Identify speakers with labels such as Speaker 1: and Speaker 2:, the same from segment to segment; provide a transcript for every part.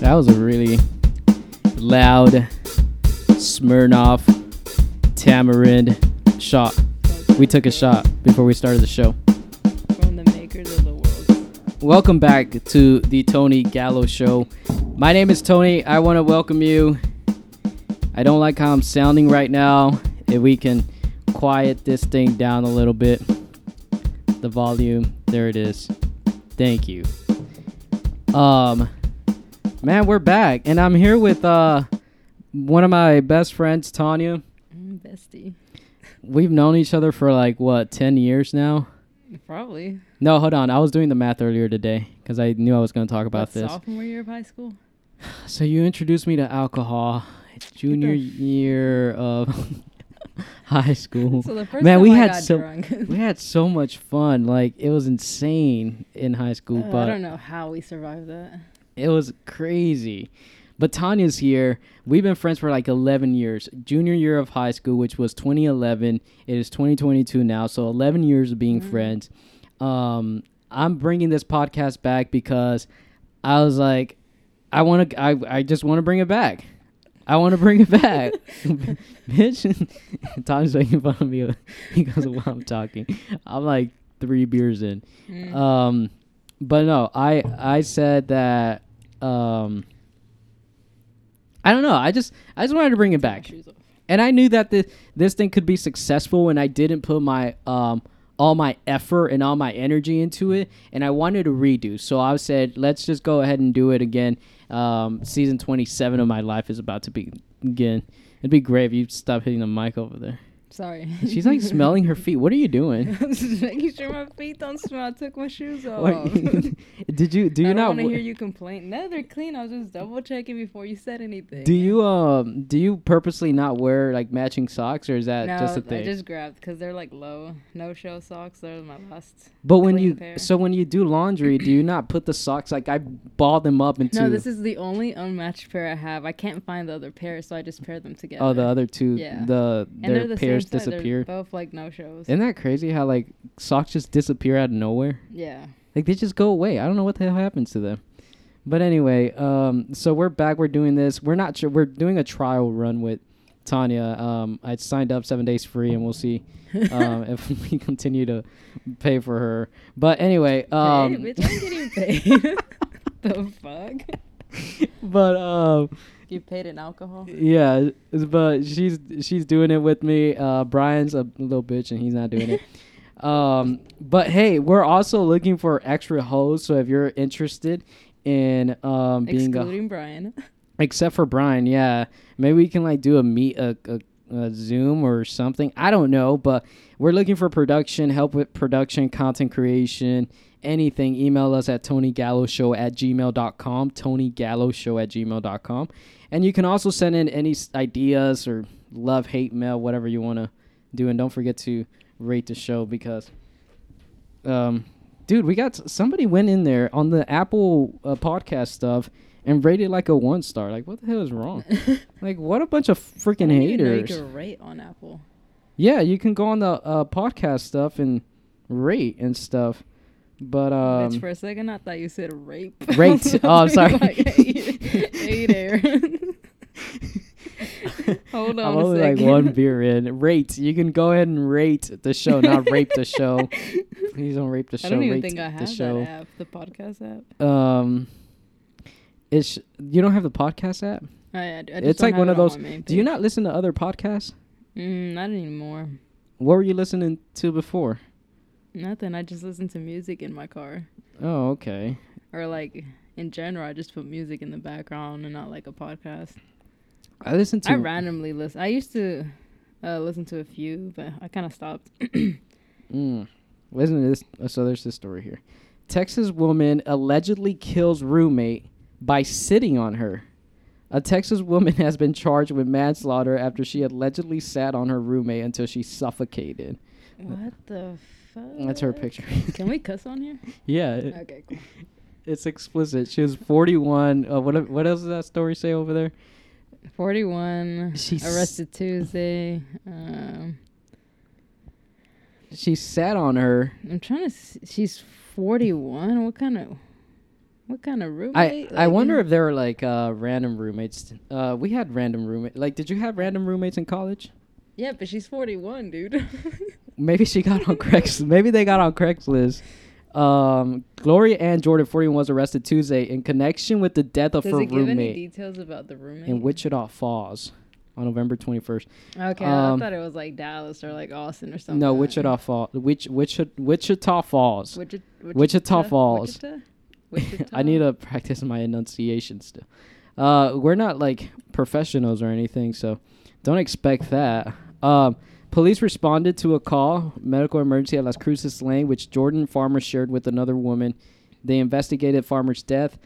Speaker 1: That was a really loud Smirnoff tamarind shot. We took a shot before we started the show.
Speaker 2: From the makers of the world.
Speaker 1: Welcome back to the Tony Gallo Show. My name is Tony. I want to welcome you. I don't like how I'm sounding right now. If we can quiet this thing down a little bit, the volume, there it is. Thank you. Um, man, we're back, and I'm here with uh one of my best friends, Tanya.
Speaker 2: Mm, bestie.
Speaker 1: We've known each other for like what ten years now.
Speaker 2: Probably.
Speaker 1: No, hold on. I was doing the math earlier today because I knew I was going to talk about
Speaker 2: What,
Speaker 1: this.
Speaker 2: Sophomore year of high school.
Speaker 1: So you introduced me to alcohol junior year of high school.
Speaker 2: So the first
Speaker 1: Man,
Speaker 2: time
Speaker 1: we
Speaker 2: I
Speaker 1: had
Speaker 2: got
Speaker 1: so-
Speaker 2: drunk.
Speaker 1: We had so much fun. Like it was insane in high school,
Speaker 2: Uh, I
Speaker 1: but
Speaker 2: don't know how we survived that.
Speaker 1: it was crazy. But Tanya's here. We've been friends for like 11 years. Junior year of high school, which was 2011. It is 2022 now. So 11 years of
Speaker 2: Mm.
Speaker 1: being friends. Um, I'm bringing this podcast back because I was like, I want to, I, I just want to bring it back. I want to bring it back. Bitch. Tanya's making fun of me because of what I'm talking. I'm like three beers in. Um, but no, I, I said that, um, I don't know. I just I just wanted to bring it
Speaker 2: My
Speaker 1: back,
Speaker 2: shoes off.
Speaker 1: and I knew that this this thing could be successful, and I didn't put my um all my effort and all my energy into it, and I wanted to redo. So I said, let's just go ahead and do it again. Um, season twenty seven of my life is about to be begin. It'd be great if you stop hitting the mic over there.
Speaker 2: Sorry.
Speaker 1: She's like smelling her feet. What are you doing?
Speaker 2: I'm just making sure my feet don't smell. I took my shoes off.
Speaker 1: What- Did you
Speaker 2: Oh.
Speaker 1: do
Speaker 2: I
Speaker 1: you
Speaker 2: don't
Speaker 1: not
Speaker 2: want to
Speaker 1: w-
Speaker 2: hear you complain. No, they're clean. I was just double checking before you said anything.
Speaker 1: do you um do you purposely not wear like matching socks or is that
Speaker 2: No,
Speaker 1: just a thing?
Speaker 2: I just grabbed because they're like low, no show socks. They're my last.
Speaker 1: But when
Speaker 2: clean
Speaker 1: you
Speaker 2: pair.
Speaker 1: so when you do laundry, do you not put the socks like I ball them up into
Speaker 2: No, this is the only unmatched pair I have. I can't find the other pair, so I just pair them together.
Speaker 1: oh the other two
Speaker 2: Yeah.
Speaker 1: the
Speaker 2: and
Speaker 1: their
Speaker 2: they're the
Speaker 1: pairs
Speaker 2: same size.
Speaker 1: disappear.
Speaker 2: They're both like no shows.
Speaker 1: Isn't that crazy how like socks just disappear out of nowhere?
Speaker 2: yeah.
Speaker 1: Like they just go away. I don't know what the hell happens to them. But anyway, um, so we're back. We're doing this. We're not sure. We're doing a trial run with Tanya. Um, I signed up seven days free, and we'll see um, if we continue to pay for her. But anyway, um,
Speaker 2: hey, bitch, I'm getting paid. the fuck?
Speaker 1: but um,
Speaker 2: You paid in alcohol?
Speaker 1: Yeah, it's- but she's she's doing it with me. Uh, Brian's a little bitch and he's not doing it. um, but hey, we're also looking for extra hosts. So if you're interested in um, being a,
Speaker 2: Excluding Brian.
Speaker 1: except for Brian, yeah, maybe we can like do a meet a, a, a Zoom or something. I don't know, but we're looking for production help with production, content creation, anything. Email us at tonygalloshow at gmail.com. Tonygalloshow at gmail.com. And you can also send in any s- ideas or love, hate mail, whatever you want to do. And don't forget to rate the show because, um, dude, we got s- somebody went in there on the Apple uh, podcast stuff and rated like a one star. Like, what the hell is wrong? like, what a bunch of freaking
Speaker 2: I didn't even know
Speaker 1: Oh, haters.
Speaker 2: You could rate on Apple.
Speaker 1: Yeah, you can go on the uh, podcast stuff and rate and stuff. But
Speaker 2: bitch,
Speaker 1: um,
Speaker 2: for a second, I thought you said rape.
Speaker 1: Rate. Oh, I'm sorry.
Speaker 2: like, hey, hey there. Hold on
Speaker 1: I'm
Speaker 2: a
Speaker 1: only like
Speaker 2: second.
Speaker 1: one beer in. Rate. You can go ahead and rate the show, not rape the show. Please don't rape the show.
Speaker 2: I don't even
Speaker 1: rate
Speaker 2: think I
Speaker 1: the
Speaker 2: have
Speaker 1: show.
Speaker 2: that app, the podcast app.
Speaker 1: Um, it's you don't have the podcast app.
Speaker 2: I, Oh, I, I just
Speaker 1: It's
Speaker 2: don't
Speaker 1: like
Speaker 2: have
Speaker 1: one
Speaker 2: it
Speaker 1: of
Speaker 2: on
Speaker 1: those-
Speaker 2: my main
Speaker 1: Do you
Speaker 2: page.
Speaker 1: not listen to other podcasts?
Speaker 2: Mm, not anymore.
Speaker 1: What were you listening to before?
Speaker 2: Nothing. I just listen to music in my car,
Speaker 1: Oh, okay.
Speaker 2: or like in general, I just put music in the background and not like a podcast.
Speaker 1: I listened to.
Speaker 2: I randomly listen. I used to uh, listen to a few, but I kind of stopped.
Speaker 1: Mm. Listen to this. uh, So there's this story here. Texas woman allegedly kills roommate by sitting on her. A Texas woman has been charged with manslaughter after she allegedly sat on her roommate until she suffocated.
Speaker 2: What the fuck?
Speaker 1: That's her picture.
Speaker 2: Can we cuss on here?
Speaker 1: yeah, it,
Speaker 2: Okay, cool.
Speaker 1: it's explicit. She was 41. Uh, what what else does that story say over there?
Speaker 2: Forty-one.
Speaker 1: She's-
Speaker 2: arrested Tuesday. Um,
Speaker 1: She sat on her.
Speaker 2: I'm trying to. S- she's forty-one. What kind of? What kind of roommate?
Speaker 1: I, I
Speaker 2: Like,
Speaker 1: wonder if there were like uh, random roommates. Uh, we had random roommate. Like, did you have random roommates in college?
Speaker 2: Yeah, but she's 41, dude.
Speaker 1: Maybe she got on Craigslist. Maybe they got on Craigslist. Um, Gloria Ann Jordan, 41, was arrested Tuesday in connection with the death of
Speaker 2: Does
Speaker 1: her
Speaker 2: it give any
Speaker 1: roommate
Speaker 2: details about the roommate?
Speaker 1: in Wichita Falls on November 21st.
Speaker 2: Okay,
Speaker 1: Um,
Speaker 2: I thought it was like Dallas or like Austin or something.
Speaker 1: No, Wichita Falls. Wich, Wich, Wichita Falls.
Speaker 2: Wichita,
Speaker 1: Wichita Falls.
Speaker 2: Wichita? Wichita?
Speaker 1: I need to practice my enunciation still. Uh, we're not like professionals or anything, so don't expect that. Um, police responded to a call, medical emergency at Las Cruces Lane, which Jordan Farmer shared with another woman. They investigated Farmer's death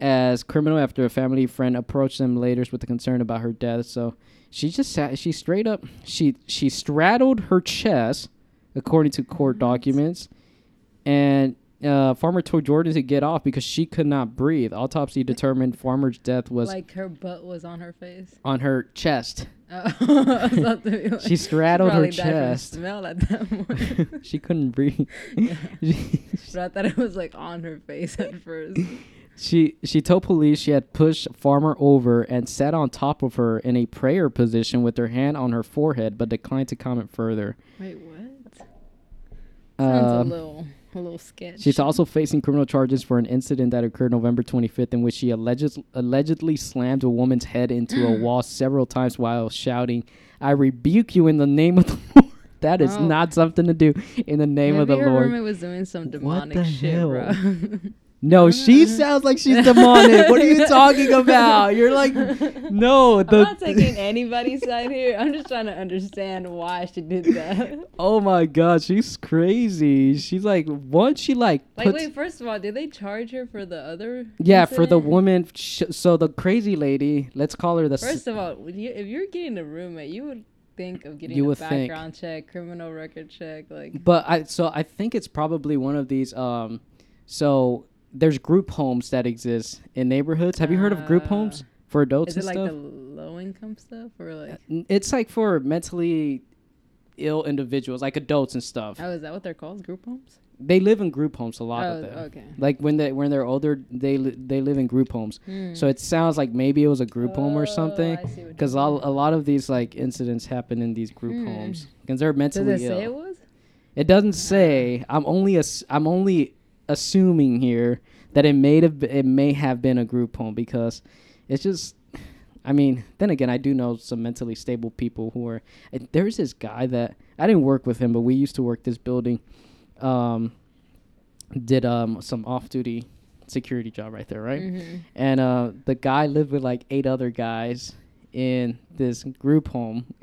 Speaker 1: as criminal after a family friend approached them later with a concern about her death. So she just sat. She straight up. She she straddled her chest, according to court documents, and uh, Farmer told Jordan to get off because she could not breathe. Autopsy determined Farmer's death was
Speaker 2: like her butt was on her face.
Speaker 1: on her chest.
Speaker 2: Oh, I was about to be like,
Speaker 1: She straddled her
Speaker 2: probably died from the
Speaker 1: chest.
Speaker 2: Smell at that moment.
Speaker 1: she couldn't breathe.
Speaker 2: but I thought it was like on her face at first.
Speaker 1: She she told police she had pushed Farmer over and sat on top of her in a prayer position with her hand on her forehead, but declined to comment further.
Speaker 2: Wait, what? Sounds a
Speaker 1: Um,
Speaker 2: little, a little sketch.
Speaker 1: she's also facing criminal charges for an incident that occurred November 25th, in which she alleged, allegedly slammed a woman's head into a wall several times while shouting, "I rebuke you in the name of the Lord." That is
Speaker 2: Wow.
Speaker 1: not something to do in the name
Speaker 2: Oh. Maybe
Speaker 1: of the
Speaker 2: her
Speaker 1: Lord.
Speaker 2: roommate was doing some demonic
Speaker 1: the
Speaker 2: shit,
Speaker 1: hell?
Speaker 2: bro.
Speaker 1: No, she sounds like she's demonic. what are you talking about? You're like, no,
Speaker 2: I'm
Speaker 1: the
Speaker 2: not taking anybody's side here. I'm just trying to understand why she did that.
Speaker 1: Oh my god, she's crazy. She's like once she like
Speaker 2: Like,
Speaker 1: puts
Speaker 2: wait, first of all, did they charge her for the other?
Speaker 1: yeah for the
Speaker 2: incident?
Speaker 1: woman. Sh- so the crazy lady, let's call her the. s-
Speaker 2: First of all, would you, if you're getting a roommate, you would think of getting
Speaker 1: You
Speaker 2: a
Speaker 1: would think.
Speaker 2: background check, criminal record check, like
Speaker 1: but I so I think it's probably one of these. Um, so there's group homes that exist in neighborhoods. Have you heard of group
Speaker 2: Uh,
Speaker 1: homes for
Speaker 2: is
Speaker 1: adults
Speaker 2: it
Speaker 1: and
Speaker 2: like
Speaker 1: stuff?
Speaker 2: the low income stuff or like
Speaker 1: N- it's like for mentally ill individuals, like adults and stuff.
Speaker 2: oh is that what they're called? Group homes?
Speaker 1: They live in group homes. A Uh, lot
Speaker 2: oh
Speaker 1: of them.
Speaker 2: okay.
Speaker 1: Like when they when they're older, they li- they live in group homes. So it sounds like maybe it was a group home or
Speaker 2: Hmm. Oh,
Speaker 1: something.
Speaker 2: I see what you
Speaker 1: Because a
Speaker 2: mean.
Speaker 1: lot of these like incidents happen in these group
Speaker 2: Hmm.
Speaker 1: homes because they're mentally
Speaker 2: Does it
Speaker 1: ill.
Speaker 2: say it was?
Speaker 1: It doesn't say. I'm only ass- I'm only assuming here that it may have it may have been a group home because it's just. I mean, then again, I do know some mentally stable people who are. and There's this guy that I didn't work with him, but we used to work this building. Um, did um some off-duty security job right there, right?
Speaker 2: Mhm.
Speaker 1: And uh, the guy lived with like eight other guys in this group home,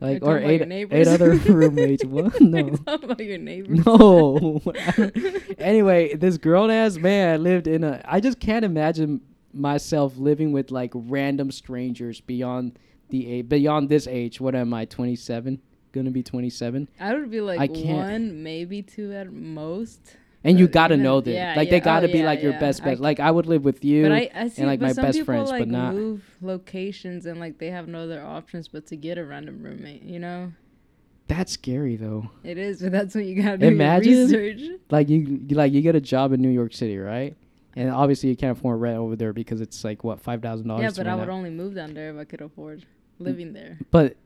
Speaker 1: like
Speaker 2: talking
Speaker 1: or
Speaker 2: about
Speaker 1: eight
Speaker 2: your
Speaker 1: eight
Speaker 2: neighbors?
Speaker 1: other roommates. What?
Speaker 2: Are
Speaker 1: No.
Speaker 2: you talking about your neighbors?
Speaker 1: No. anyway, this grown ass man lived in a. I just can't imagine myself living with like random strangers beyond the age, beyond this age. What am I? Twenty seven. Gonna be twenty seven.
Speaker 2: I would be like
Speaker 1: I can't.
Speaker 2: one, maybe two at most.
Speaker 1: And you
Speaker 2: But
Speaker 1: gotta
Speaker 2: even-
Speaker 1: know them.
Speaker 2: Uh, yeah,
Speaker 1: like
Speaker 2: yeah.
Speaker 1: they gotta
Speaker 2: Oh,
Speaker 1: be
Speaker 2: yeah,
Speaker 1: like your
Speaker 2: yeah.
Speaker 1: best
Speaker 2: I
Speaker 1: bet.
Speaker 2: c-
Speaker 1: Like I would live with you.
Speaker 2: but I, I see,
Speaker 1: like,
Speaker 2: but
Speaker 1: my
Speaker 2: some
Speaker 1: best
Speaker 2: people
Speaker 1: friends, but
Speaker 2: like
Speaker 1: not-
Speaker 2: move locations and like they have no other options but to get a random roommate. You know,
Speaker 1: That's scary though.
Speaker 2: it is, but that's what you gotta do. your
Speaker 1: Imagine.
Speaker 2: research.
Speaker 1: Like you, you- like you get a job in New York City, right? And obviously you can't afford rent over there because it's like what five thousand dollars.
Speaker 2: Yeah, but I would only move down there if I could afford living there.
Speaker 1: But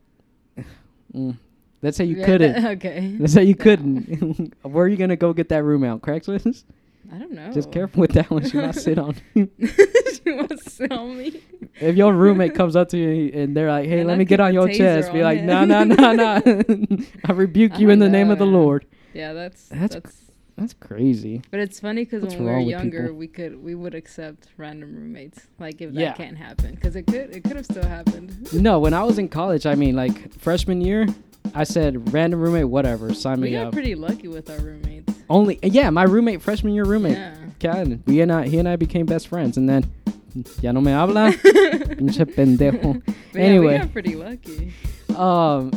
Speaker 1: mm, let's say you
Speaker 2: Yeah,
Speaker 1: couldn't.
Speaker 2: okay.
Speaker 1: Let's say you couldn't. Where are you gonna go get that room out? Craigslist?
Speaker 2: I don't know.
Speaker 1: Just careful with that one. She might sit on. you.
Speaker 2: she wants to sell me.
Speaker 1: if your roommate comes up to you and they're like, "Hey,
Speaker 2: And
Speaker 1: let
Speaker 2: I
Speaker 1: me get
Speaker 2: keep
Speaker 1: on
Speaker 2: a
Speaker 1: your
Speaker 2: taser
Speaker 1: chest," be
Speaker 2: on Oh
Speaker 1: like,
Speaker 2: him.
Speaker 1: "No, no, no, no! I rebuke
Speaker 2: I
Speaker 1: you in the
Speaker 2: don't
Speaker 1: name
Speaker 2: know,
Speaker 1: of the
Speaker 2: man.
Speaker 1: Lord."
Speaker 2: Yeah, that's
Speaker 1: That's
Speaker 2: that's.
Speaker 1: That's crazy.
Speaker 2: but it's funny because
Speaker 1: What's
Speaker 2: when we were
Speaker 1: wrong with
Speaker 2: younger,
Speaker 1: people?
Speaker 2: we could we would accept random roommates. Like if
Speaker 1: Yeah.
Speaker 2: that can't happen, because it could it could have still happened.
Speaker 1: No, when I was in college, I mean, like freshman year, I said random roommate, whatever, sign
Speaker 2: We
Speaker 1: me
Speaker 2: got
Speaker 1: up.
Speaker 2: pretty lucky with our roommates.
Speaker 1: Only, yeah, my roommate, freshman year roommate,
Speaker 2: Yeah.
Speaker 1: Ken. We and I, he and I became best friends, and then ya no me habla, pinche pendejo.
Speaker 2: But
Speaker 1: Anyway.
Speaker 2: yeah, we got pretty lucky.
Speaker 1: um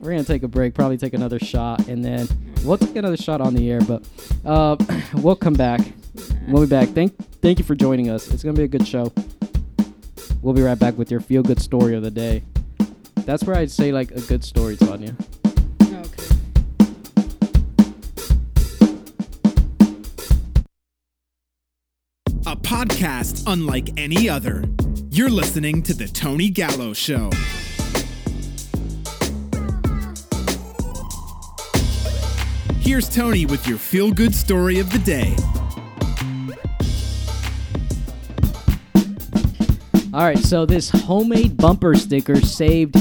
Speaker 1: we're gonna take a break probably take another shot and then we'll take another shot on the air but uh, we'll come back we'll be back thank thank you for joining us it's gonna be a good show we'll be right back with your feel good story of the day that's where i'd say like a good story tanya
Speaker 2: Okay.
Speaker 3: podcast unlike any other. You're listening to The Tony Gallo Show. Here's Tony with your feel good story of the day.
Speaker 1: All right, so this homemade bumper sticker saved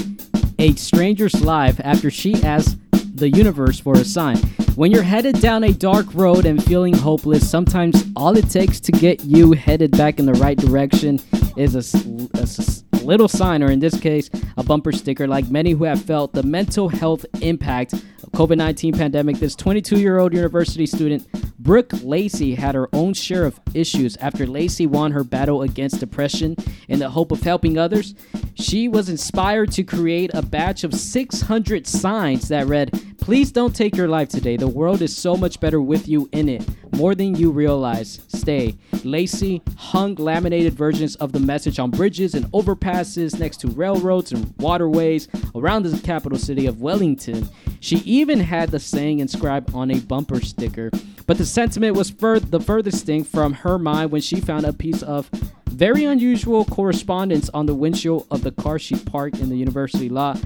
Speaker 1: a stranger's life after she asked the universe for a sign. When you're headed down a dark road and feeling hopeless, sometimes all it takes to get you headed back in the right direction is a s- a s- little sign, or in this case, a bumper sticker. Like many who have felt the mental health impact of COVID-19 pandemic, this 22-year-old university student Brooke Lacey had her own share of issues after Lacey won her battle against depression in the hope of helping others. She was inspired to create a batch of 600 signs that read, Please don't take your life today. The world is so much better with you in it, more than you realize. Stay. Lacey hung laminated versions of the message on bridges and overpasses next to railroads and waterways around the capital city of Wellington. She even had the saying inscribed on a bumper sticker. But the sentiment was fur- the furthest thing from her mind when she found a piece of very unusual correspondence on the windshield of the car she parked in the university lot.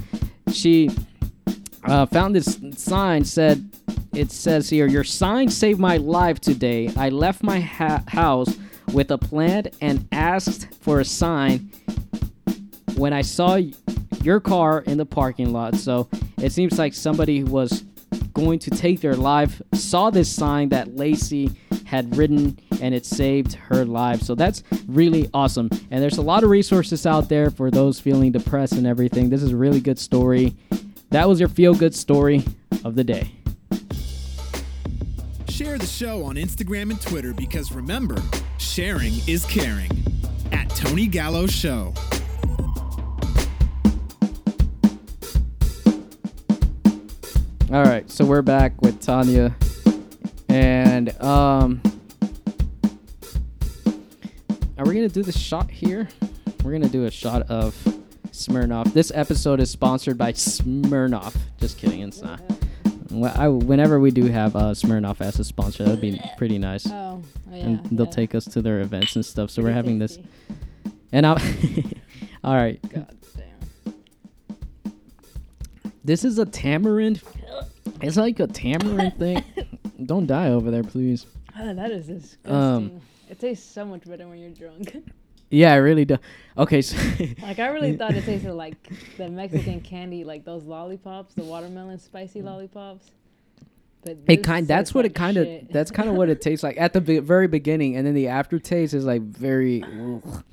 Speaker 1: She uh, found this sign said it says here your sign saved my life today i left my ha- house with a plan and asked for a sign when i saw y- your car in the parking lot so it seems like somebody who was going to take their life saw this sign that lacey had written and it saved her life so that's really awesome and there's a lot of resources out there for those feeling depressed and everything this is a really good story that was your feel good story of the day.
Speaker 3: Share the show on Instagram and Twitter because remember, sharing is caring. At Tony Gallo Show.
Speaker 1: All right, so we're back with Tanya, and um, are we gonna do the shot here? We're gonna do a shot of Smirnoff. This episode is sponsored by Smirnoff. Just kidding, it's not. Well, I, whenever we do have uh, Smirnoff as a sponsor, that'd be pretty nice,
Speaker 2: Oh, oh yeah.
Speaker 1: and they'll
Speaker 2: yeah.
Speaker 1: take us to their events and stuff. So we're
Speaker 2: Pretty
Speaker 1: having this,
Speaker 2: tasty.
Speaker 1: and I'm. all right,
Speaker 2: God damn.
Speaker 1: This is a tamarind. It's like a tamarind thing. Don't die over there, please.
Speaker 2: Oh, that is disgusting.
Speaker 1: Um,
Speaker 2: it tastes so much better when you're drunk.
Speaker 1: Yeah, I really do. Okay, so
Speaker 2: like I
Speaker 1: Mm.
Speaker 2: really thought it tasted like the Mexican candy, like those lollipops, the watermelon spicy lollipops. But
Speaker 1: Mm. it
Speaker 2: this
Speaker 1: kind. That's
Speaker 2: tastes
Speaker 1: what
Speaker 2: like
Speaker 1: it kind of.
Speaker 2: shit.
Speaker 1: That's kind of what it tastes like at the be- very beginning, and then the aftertaste is like very. ugh.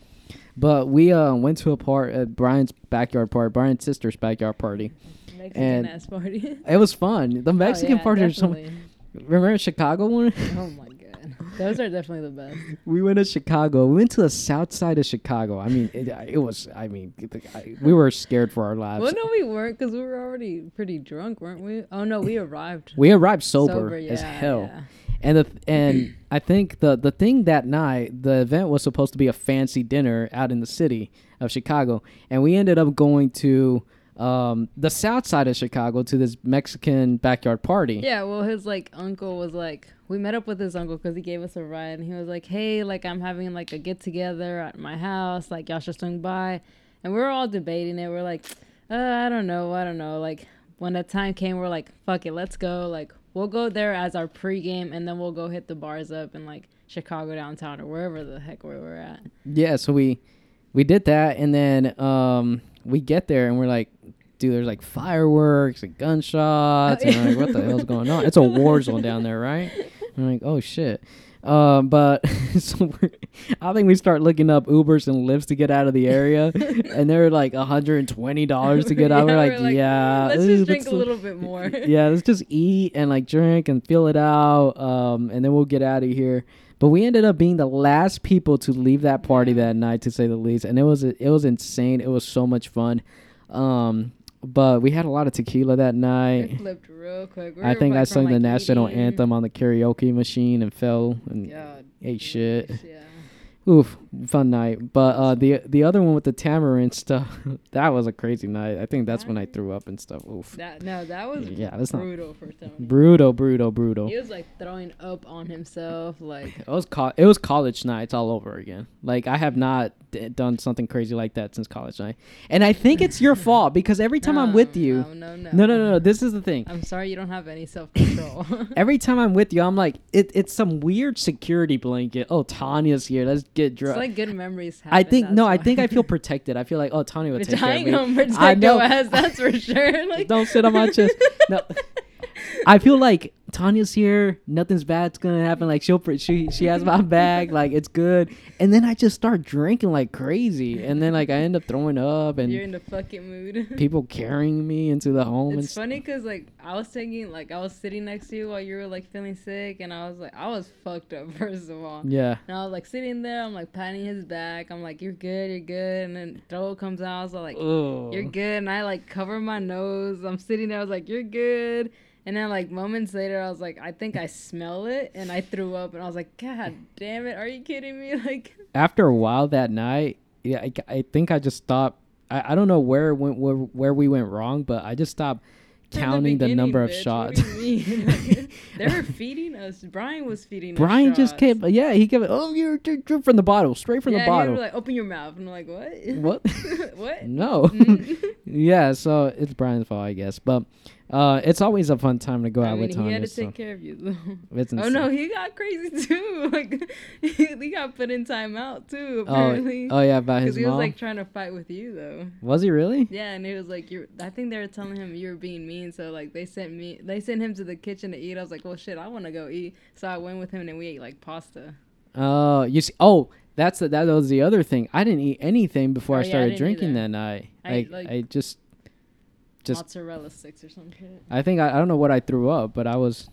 Speaker 1: But we uh, went to a part at Brian's backyard party, Brian's sister's backyard party.
Speaker 2: Mexican
Speaker 1: and-
Speaker 2: ass party.
Speaker 1: It was fun. The Mexican
Speaker 2: oh, yeah,
Speaker 1: party or something.
Speaker 2: definitely.
Speaker 1: Remember in Chicago one?
Speaker 2: Oh my god, those are definitely the best.
Speaker 1: we went to Chicago. We went to the south side of Chicago. I mean, it, it was. I mean, I- we were scared for our lives.
Speaker 2: Well, no, we weren't because we were already pretty drunk, weren't we? Oh no, we arrived
Speaker 1: We arrived sober, as
Speaker 2: yeah,
Speaker 1: hell.
Speaker 2: yeah.
Speaker 1: And the and I think the the thing that night, the event was supposed to be a fancy dinner out in the city of Chicago, and we ended up going to um, the south side of Chicago to this Mexican backyard party.
Speaker 2: Yeah, well, his like uncle was like, we met up with his uncle because he gave us a ride, and he was like, hey, like I'm having like a get together at my house, like y'all should swing by, and we were all debating it. We're like, uh, I don't know, I don't know. Like when the time came, we're like, fuck it, let's go. Like we'll go there as our pregame, and then we'll go hit the bars up in like Chicago downtown or wherever the heck we were at.
Speaker 1: Yeah, so we we did that, and then um, we get there and we're like, dude, there's like fireworks and gunshots,
Speaker 2: Oh,
Speaker 1: and we're
Speaker 2: yeah.
Speaker 1: like, what the hell's going on? It's a war zone down there, right? I'm like, oh shit. Uh, but so we're, I think we start looking up Ubers and Lyfts to get out of the area, and they're like $120 to get out.
Speaker 2: Yeah,
Speaker 1: we're like, yeah,
Speaker 2: let's
Speaker 1: this
Speaker 2: just
Speaker 1: is-
Speaker 2: drink a
Speaker 1: this-
Speaker 2: little bit more.
Speaker 1: yeah, let's just eat and like drink and fill it out, um, and then we'll get out of here. But we ended up being the last people to leave that party that night, to say the least. And it was it was insane. It was so much fun. Um, but we had a lot of tequila
Speaker 2: It
Speaker 1: that night.
Speaker 2: fpped real quick. We
Speaker 1: I
Speaker 2: were
Speaker 1: think I
Speaker 2: like from,
Speaker 1: sang the
Speaker 2: like,
Speaker 1: national
Speaker 2: eating-
Speaker 1: anthem on the karaoke machine and fell and
Speaker 2: God
Speaker 1: ate shit.
Speaker 2: Yeah.
Speaker 1: Oof, fun night. But uh, the the other one with the tamarind stuff, that was a crazy night. I think that's when I threw up and stuff. Oof.
Speaker 2: That no, that was
Speaker 1: Yeah, that's not
Speaker 2: brutal for Tony.
Speaker 1: brutal, brutal, brutal.
Speaker 2: He was like throwing up on himself, like
Speaker 1: It was co- it was college nights all over again. Like I have not d- done something crazy like that since college night, and I think it's your fault because every time I'm with
Speaker 2: "No,
Speaker 1: you,
Speaker 2: No, no, no.
Speaker 1: no, no, no, no. This is the thing.
Speaker 2: I'm sorry, you don't have any self control.
Speaker 1: Every time I'm with you, I'm like, it, it's some weird security blanket. Oh, Tanya's here. Let's get
Speaker 2: it's
Speaker 1: drunk.
Speaker 2: like good memories. Happen,
Speaker 1: I think no, I
Speaker 2: that's
Speaker 1: think
Speaker 2: why.
Speaker 1: I feel protected. I feel like oh, Tanya would take care of
Speaker 2: Dying
Speaker 1: me.
Speaker 2: home protect
Speaker 1: I know.
Speaker 2: your ass, that's for sure. Like,
Speaker 1: Don't sit on my chest. No, I feel like Tanya's here. Nothing's bad's gonna happen. Like she'll pr- she she has my bag. Like it's good. And then I just start drinking like crazy, and then like I end up throwing up,
Speaker 2: You're
Speaker 1: and
Speaker 2: in the fucking mood.
Speaker 1: people carrying me into the home.
Speaker 2: It's
Speaker 1: and
Speaker 2: funny because like I was thinking, like I was sitting next to you while you were like feeling sick, and I was like, I was fucked up first of all.
Speaker 1: st- yeah,
Speaker 2: And I was like sitting there, I'm like patting his back. I'm like, you're good, you're good. And then throat comes out, so like,
Speaker 1: oh,
Speaker 2: you're good. And I like cover my nose. I'm sitting there, I was like, you're good. And then like moments later, I was like, I think I smell it, and I threw up, and I was like, God damn it, are you kidding me? Like,
Speaker 1: after a while that night, yeah, I, I think I just stopped. I, I don't know where it went where, where we went wrong, but I just stopped
Speaker 2: from
Speaker 1: counting the,
Speaker 2: beginning,
Speaker 1: number of
Speaker 2: bitch, what
Speaker 1: shots.
Speaker 2: do you mean? Like, they were feeding us. Brian was feeding.
Speaker 1: Brian
Speaker 2: us
Speaker 1: just
Speaker 2: shots.
Speaker 1: kept, yeah, he kept, oh, you're, you're, you're from the bottle, straight from
Speaker 2: yeah,
Speaker 1: the bottle.
Speaker 2: He like, open your mouth. And I'm like, what?
Speaker 1: what?
Speaker 2: what?
Speaker 1: no. yeah, so it's Brian's fault, I guess. But uh, it's always a fun time to go
Speaker 2: I
Speaker 1: out
Speaker 2: mean, he
Speaker 1: with
Speaker 2: had
Speaker 1: Tanya.
Speaker 2: to
Speaker 1: So.
Speaker 2: take care of you, though.
Speaker 1: It's
Speaker 2: Oh,
Speaker 1: insane.
Speaker 2: no, he got crazy, too. Like, he, he got put in timeout, too, apparently.
Speaker 1: Oh, oh yeah, about his
Speaker 2: he
Speaker 1: mom.
Speaker 2: was, like, trying to fight with you, though.
Speaker 1: was he really?
Speaker 2: Yeah, and it was like you. I think they were telling him you were being mean, so like they sent me, they sent him to the kitchen to eat. I was like, well, shit, I want to go eat. So I went with him and we ate like pasta.
Speaker 1: Oh, you see. Oh, that's the, that was the other thing. I didn't eat anything before
Speaker 2: Oh,
Speaker 1: I
Speaker 2: yeah, I
Speaker 1: started
Speaker 2: didn't
Speaker 1: drinking
Speaker 2: either.
Speaker 1: that night.
Speaker 2: I
Speaker 1: I,
Speaker 2: ate, like-
Speaker 1: I just, Just-
Speaker 2: mozzarella sticks or something.
Speaker 1: I think I, I don't know what I threw up, but I was.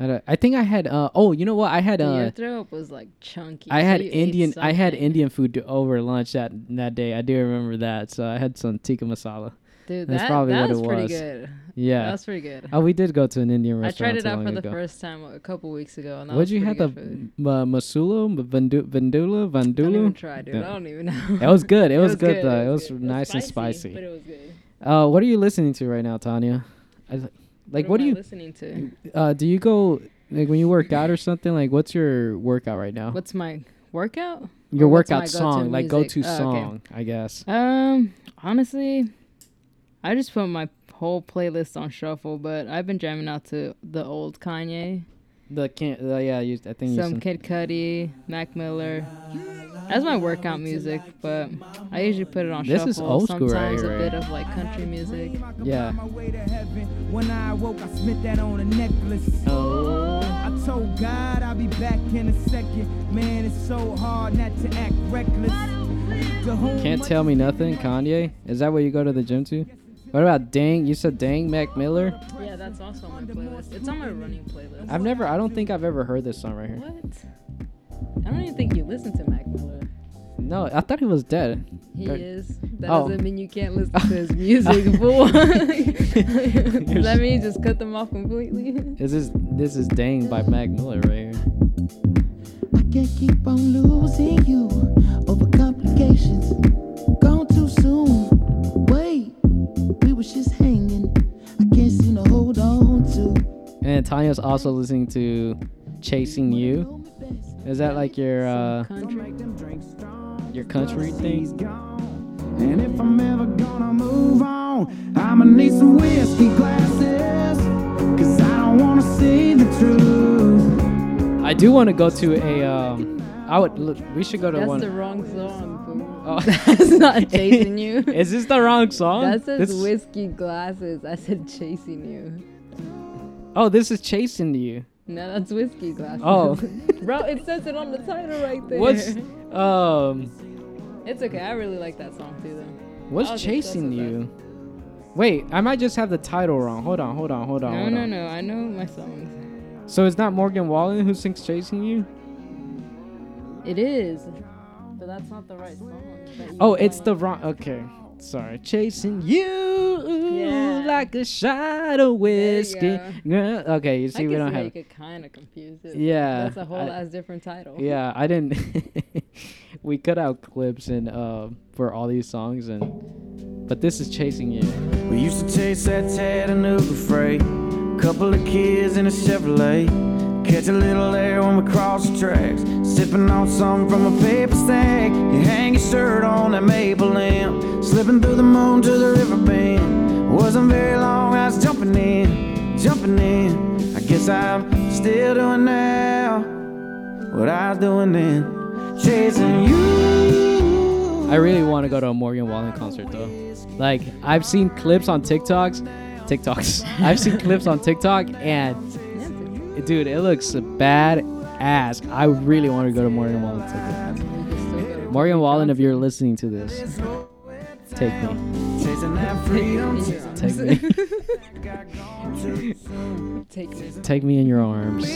Speaker 1: I, don't- I think I had. Uh, oh, you know what? I had. Uh,
Speaker 2: Your throw up was like chunky.
Speaker 1: I
Speaker 2: so
Speaker 1: had
Speaker 2: you ate
Speaker 1: Indian. I had
Speaker 2: something.
Speaker 1: Indian food to- over lunch that that day. I do remember that. So I had some tikka masala.
Speaker 2: Dude,
Speaker 1: That's
Speaker 2: that,
Speaker 1: probably
Speaker 2: that
Speaker 1: what it
Speaker 2: was pretty
Speaker 1: was.
Speaker 2: good.
Speaker 1: Yeah.
Speaker 2: That was pretty good.
Speaker 1: Oh, we did go to an Indian
Speaker 2: I
Speaker 1: restaurant.
Speaker 2: tried it
Speaker 1: too
Speaker 2: out
Speaker 1: long
Speaker 2: for the
Speaker 1: ago.
Speaker 2: first time a couple weeks ago. And that
Speaker 1: What'd
Speaker 2: was
Speaker 1: you have?
Speaker 2: pretty
Speaker 1: The
Speaker 2: good food.
Speaker 1: uh, masula, M- vandu- vandula,
Speaker 2: I don't even
Speaker 1: vandulu.
Speaker 2: try, dude.
Speaker 1: Yeah.
Speaker 2: I don't even know.
Speaker 1: It was good. It, was, good, though. It was,
Speaker 2: good.
Speaker 1: nice
Speaker 2: But
Speaker 1: and
Speaker 2: it was good.
Speaker 1: spicy. Uh, what are you listening to right now, Tanya? I, was like- like,
Speaker 2: am
Speaker 1: what, do
Speaker 2: I
Speaker 1: you?
Speaker 2: listening to?
Speaker 1: Uh, do you go like when you work out or something? Like, what's your workout right now?
Speaker 2: What's my workout?
Speaker 1: your
Speaker 2: or what's my
Speaker 1: workout
Speaker 2: go-to
Speaker 1: song, like go to
Speaker 2: music? Oh, okay.
Speaker 1: song, I guess.
Speaker 2: Um, honestly, I just put my whole playlist on shuffle, but I've been jamming out to the old Kanye,
Speaker 1: The can't. Uh, yeah, you, I think you.
Speaker 2: some Kid
Speaker 1: said-
Speaker 2: Cudi, Mac Miller. That's my workout music, but I usually put it on
Speaker 1: This
Speaker 2: shuffle.
Speaker 1: is old school right
Speaker 2: Sometimes
Speaker 1: here,
Speaker 2: a
Speaker 1: right?
Speaker 2: bit of like country music.
Speaker 1: Yeah.
Speaker 4: When I awoke, I spent that on a necklace. I told God I'll be back in a second. Man, it's so hard not to act reckless. To whom
Speaker 1: Can't
Speaker 4: much
Speaker 1: tell
Speaker 4: is
Speaker 1: me
Speaker 4: given,
Speaker 1: nothing, Kanye. Is that where you go to the gym to? What about Dang? You said Dang Mac Miller.
Speaker 2: Yeah, that's also on my playlist. It's on my running playlist.
Speaker 1: I've never. I don't think I've ever heard this song right here.
Speaker 2: what? I don't even think you listen to Mac Miller.
Speaker 1: No, I thought he was dead.
Speaker 2: He
Speaker 1: Uh,
Speaker 2: is. That
Speaker 1: oh.
Speaker 2: doesn't mean you can't listen to his music, boy. Does that mean you just cut them off completely?
Speaker 1: This is this is Dang by Mac Miller right here.
Speaker 5: I can't keep on losing you over complications. Gone too soon. Wait, we was just hanging. I can't seem to hold on to.
Speaker 1: And Tanya's also listening to Chasing You.
Speaker 5: Know me best.
Speaker 1: Is that like your uh
Speaker 4: don't make them drink strong.
Speaker 1: your country
Speaker 4: He's
Speaker 1: thing?
Speaker 4: gone. And if I'm ever gonna move on, I'ma need some whiskey glasses. Cause I don't wanna see the truth.
Speaker 1: I do want to go to a um I would look, we should go to
Speaker 2: That's
Speaker 1: one.
Speaker 2: the wrong song, fool.
Speaker 1: Oh.
Speaker 2: That's not chasing you.
Speaker 1: is this the wrong song?
Speaker 2: That says
Speaker 1: This-
Speaker 2: whiskey glasses. I said chasing you.
Speaker 1: Oh, this is Chasing You.
Speaker 2: No, that's whiskey glasses.
Speaker 1: Oh.
Speaker 2: Bro, it says it on the title right there.
Speaker 1: What's
Speaker 2: Oh,
Speaker 1: um
Speaker 2: It's okay. I really like that song too, though. I
Speaker 1: what's
Speaker 2: was obsessed
Speaker 1: Chasing
Speaker 2: with that.
Speaker 1: You? Wait, I might just have the title wrong. Hold on, hold on, hold on.
Speaker 2: No,
Speaker 1: hold
Speaker 2: no,
Speaker 1: on.
Speaker 2: no. I know my songs.
Speaker 1: So it's not Morgan Wallen who sings Chasing You?
Speaker 2: It is. But that's not the right song. that you
Speaker 1: Oh, it's
Speaker 2: playing.
Speaker 1: the wrong. Okay. Sorry, chasing you
Speaker 2: Yeah.
Speaker 1: like a shot of whiskey. Girl- Okay, you see,
Speaker 2: I
Speaker 1: we
Speaker 2: guess
Speaker 1: don't
Speaker 2: how
Speaker 1: have.
Speaker 2: you could kind of confuse it. but
Speaker 1: Yeah,
Speaker 2: that's a whole
Speaker 1: I-
Speaker 2: ass different title.
Speaker 1: Yeah, I didn't. we cut out clips and uh, for all these songs, and but this is chasing you.
Speaker 6: We used to chase that Chattanooga freight. Couple of kids in a Chevrolet. Catch a little air when we cross the tracks. Sipping on something from a paper stack. You hang your shirt on that maple lamp. Slipping through the moon to the river bend. Wasn't very long, I was jumping in, jumping in. I guess I'm still doing now what I was doing then. Chasing you.
Speaker 1: I really want to go to a Morgan Wallen concert though. Like I've seen clips on TikToks, TikToks. I've seen clips on TikTok,
Speaker 2: Yeah,
Speaker 1: and
Speaker 2: it's
Speaker 1: dude, it looks bad ass. I really want to go to Morgan Wallen. Concert.
Speaker 2: a- we could still go to-
Speaker 1: Morgan Wallen, if you're listening to this, take me,
Speaker 6: Chasing that freedom.
Speaker 2: In your arms.
Speaker 1: take me,
Speaker 2: Take me.
Speaker 1: take me in your arms.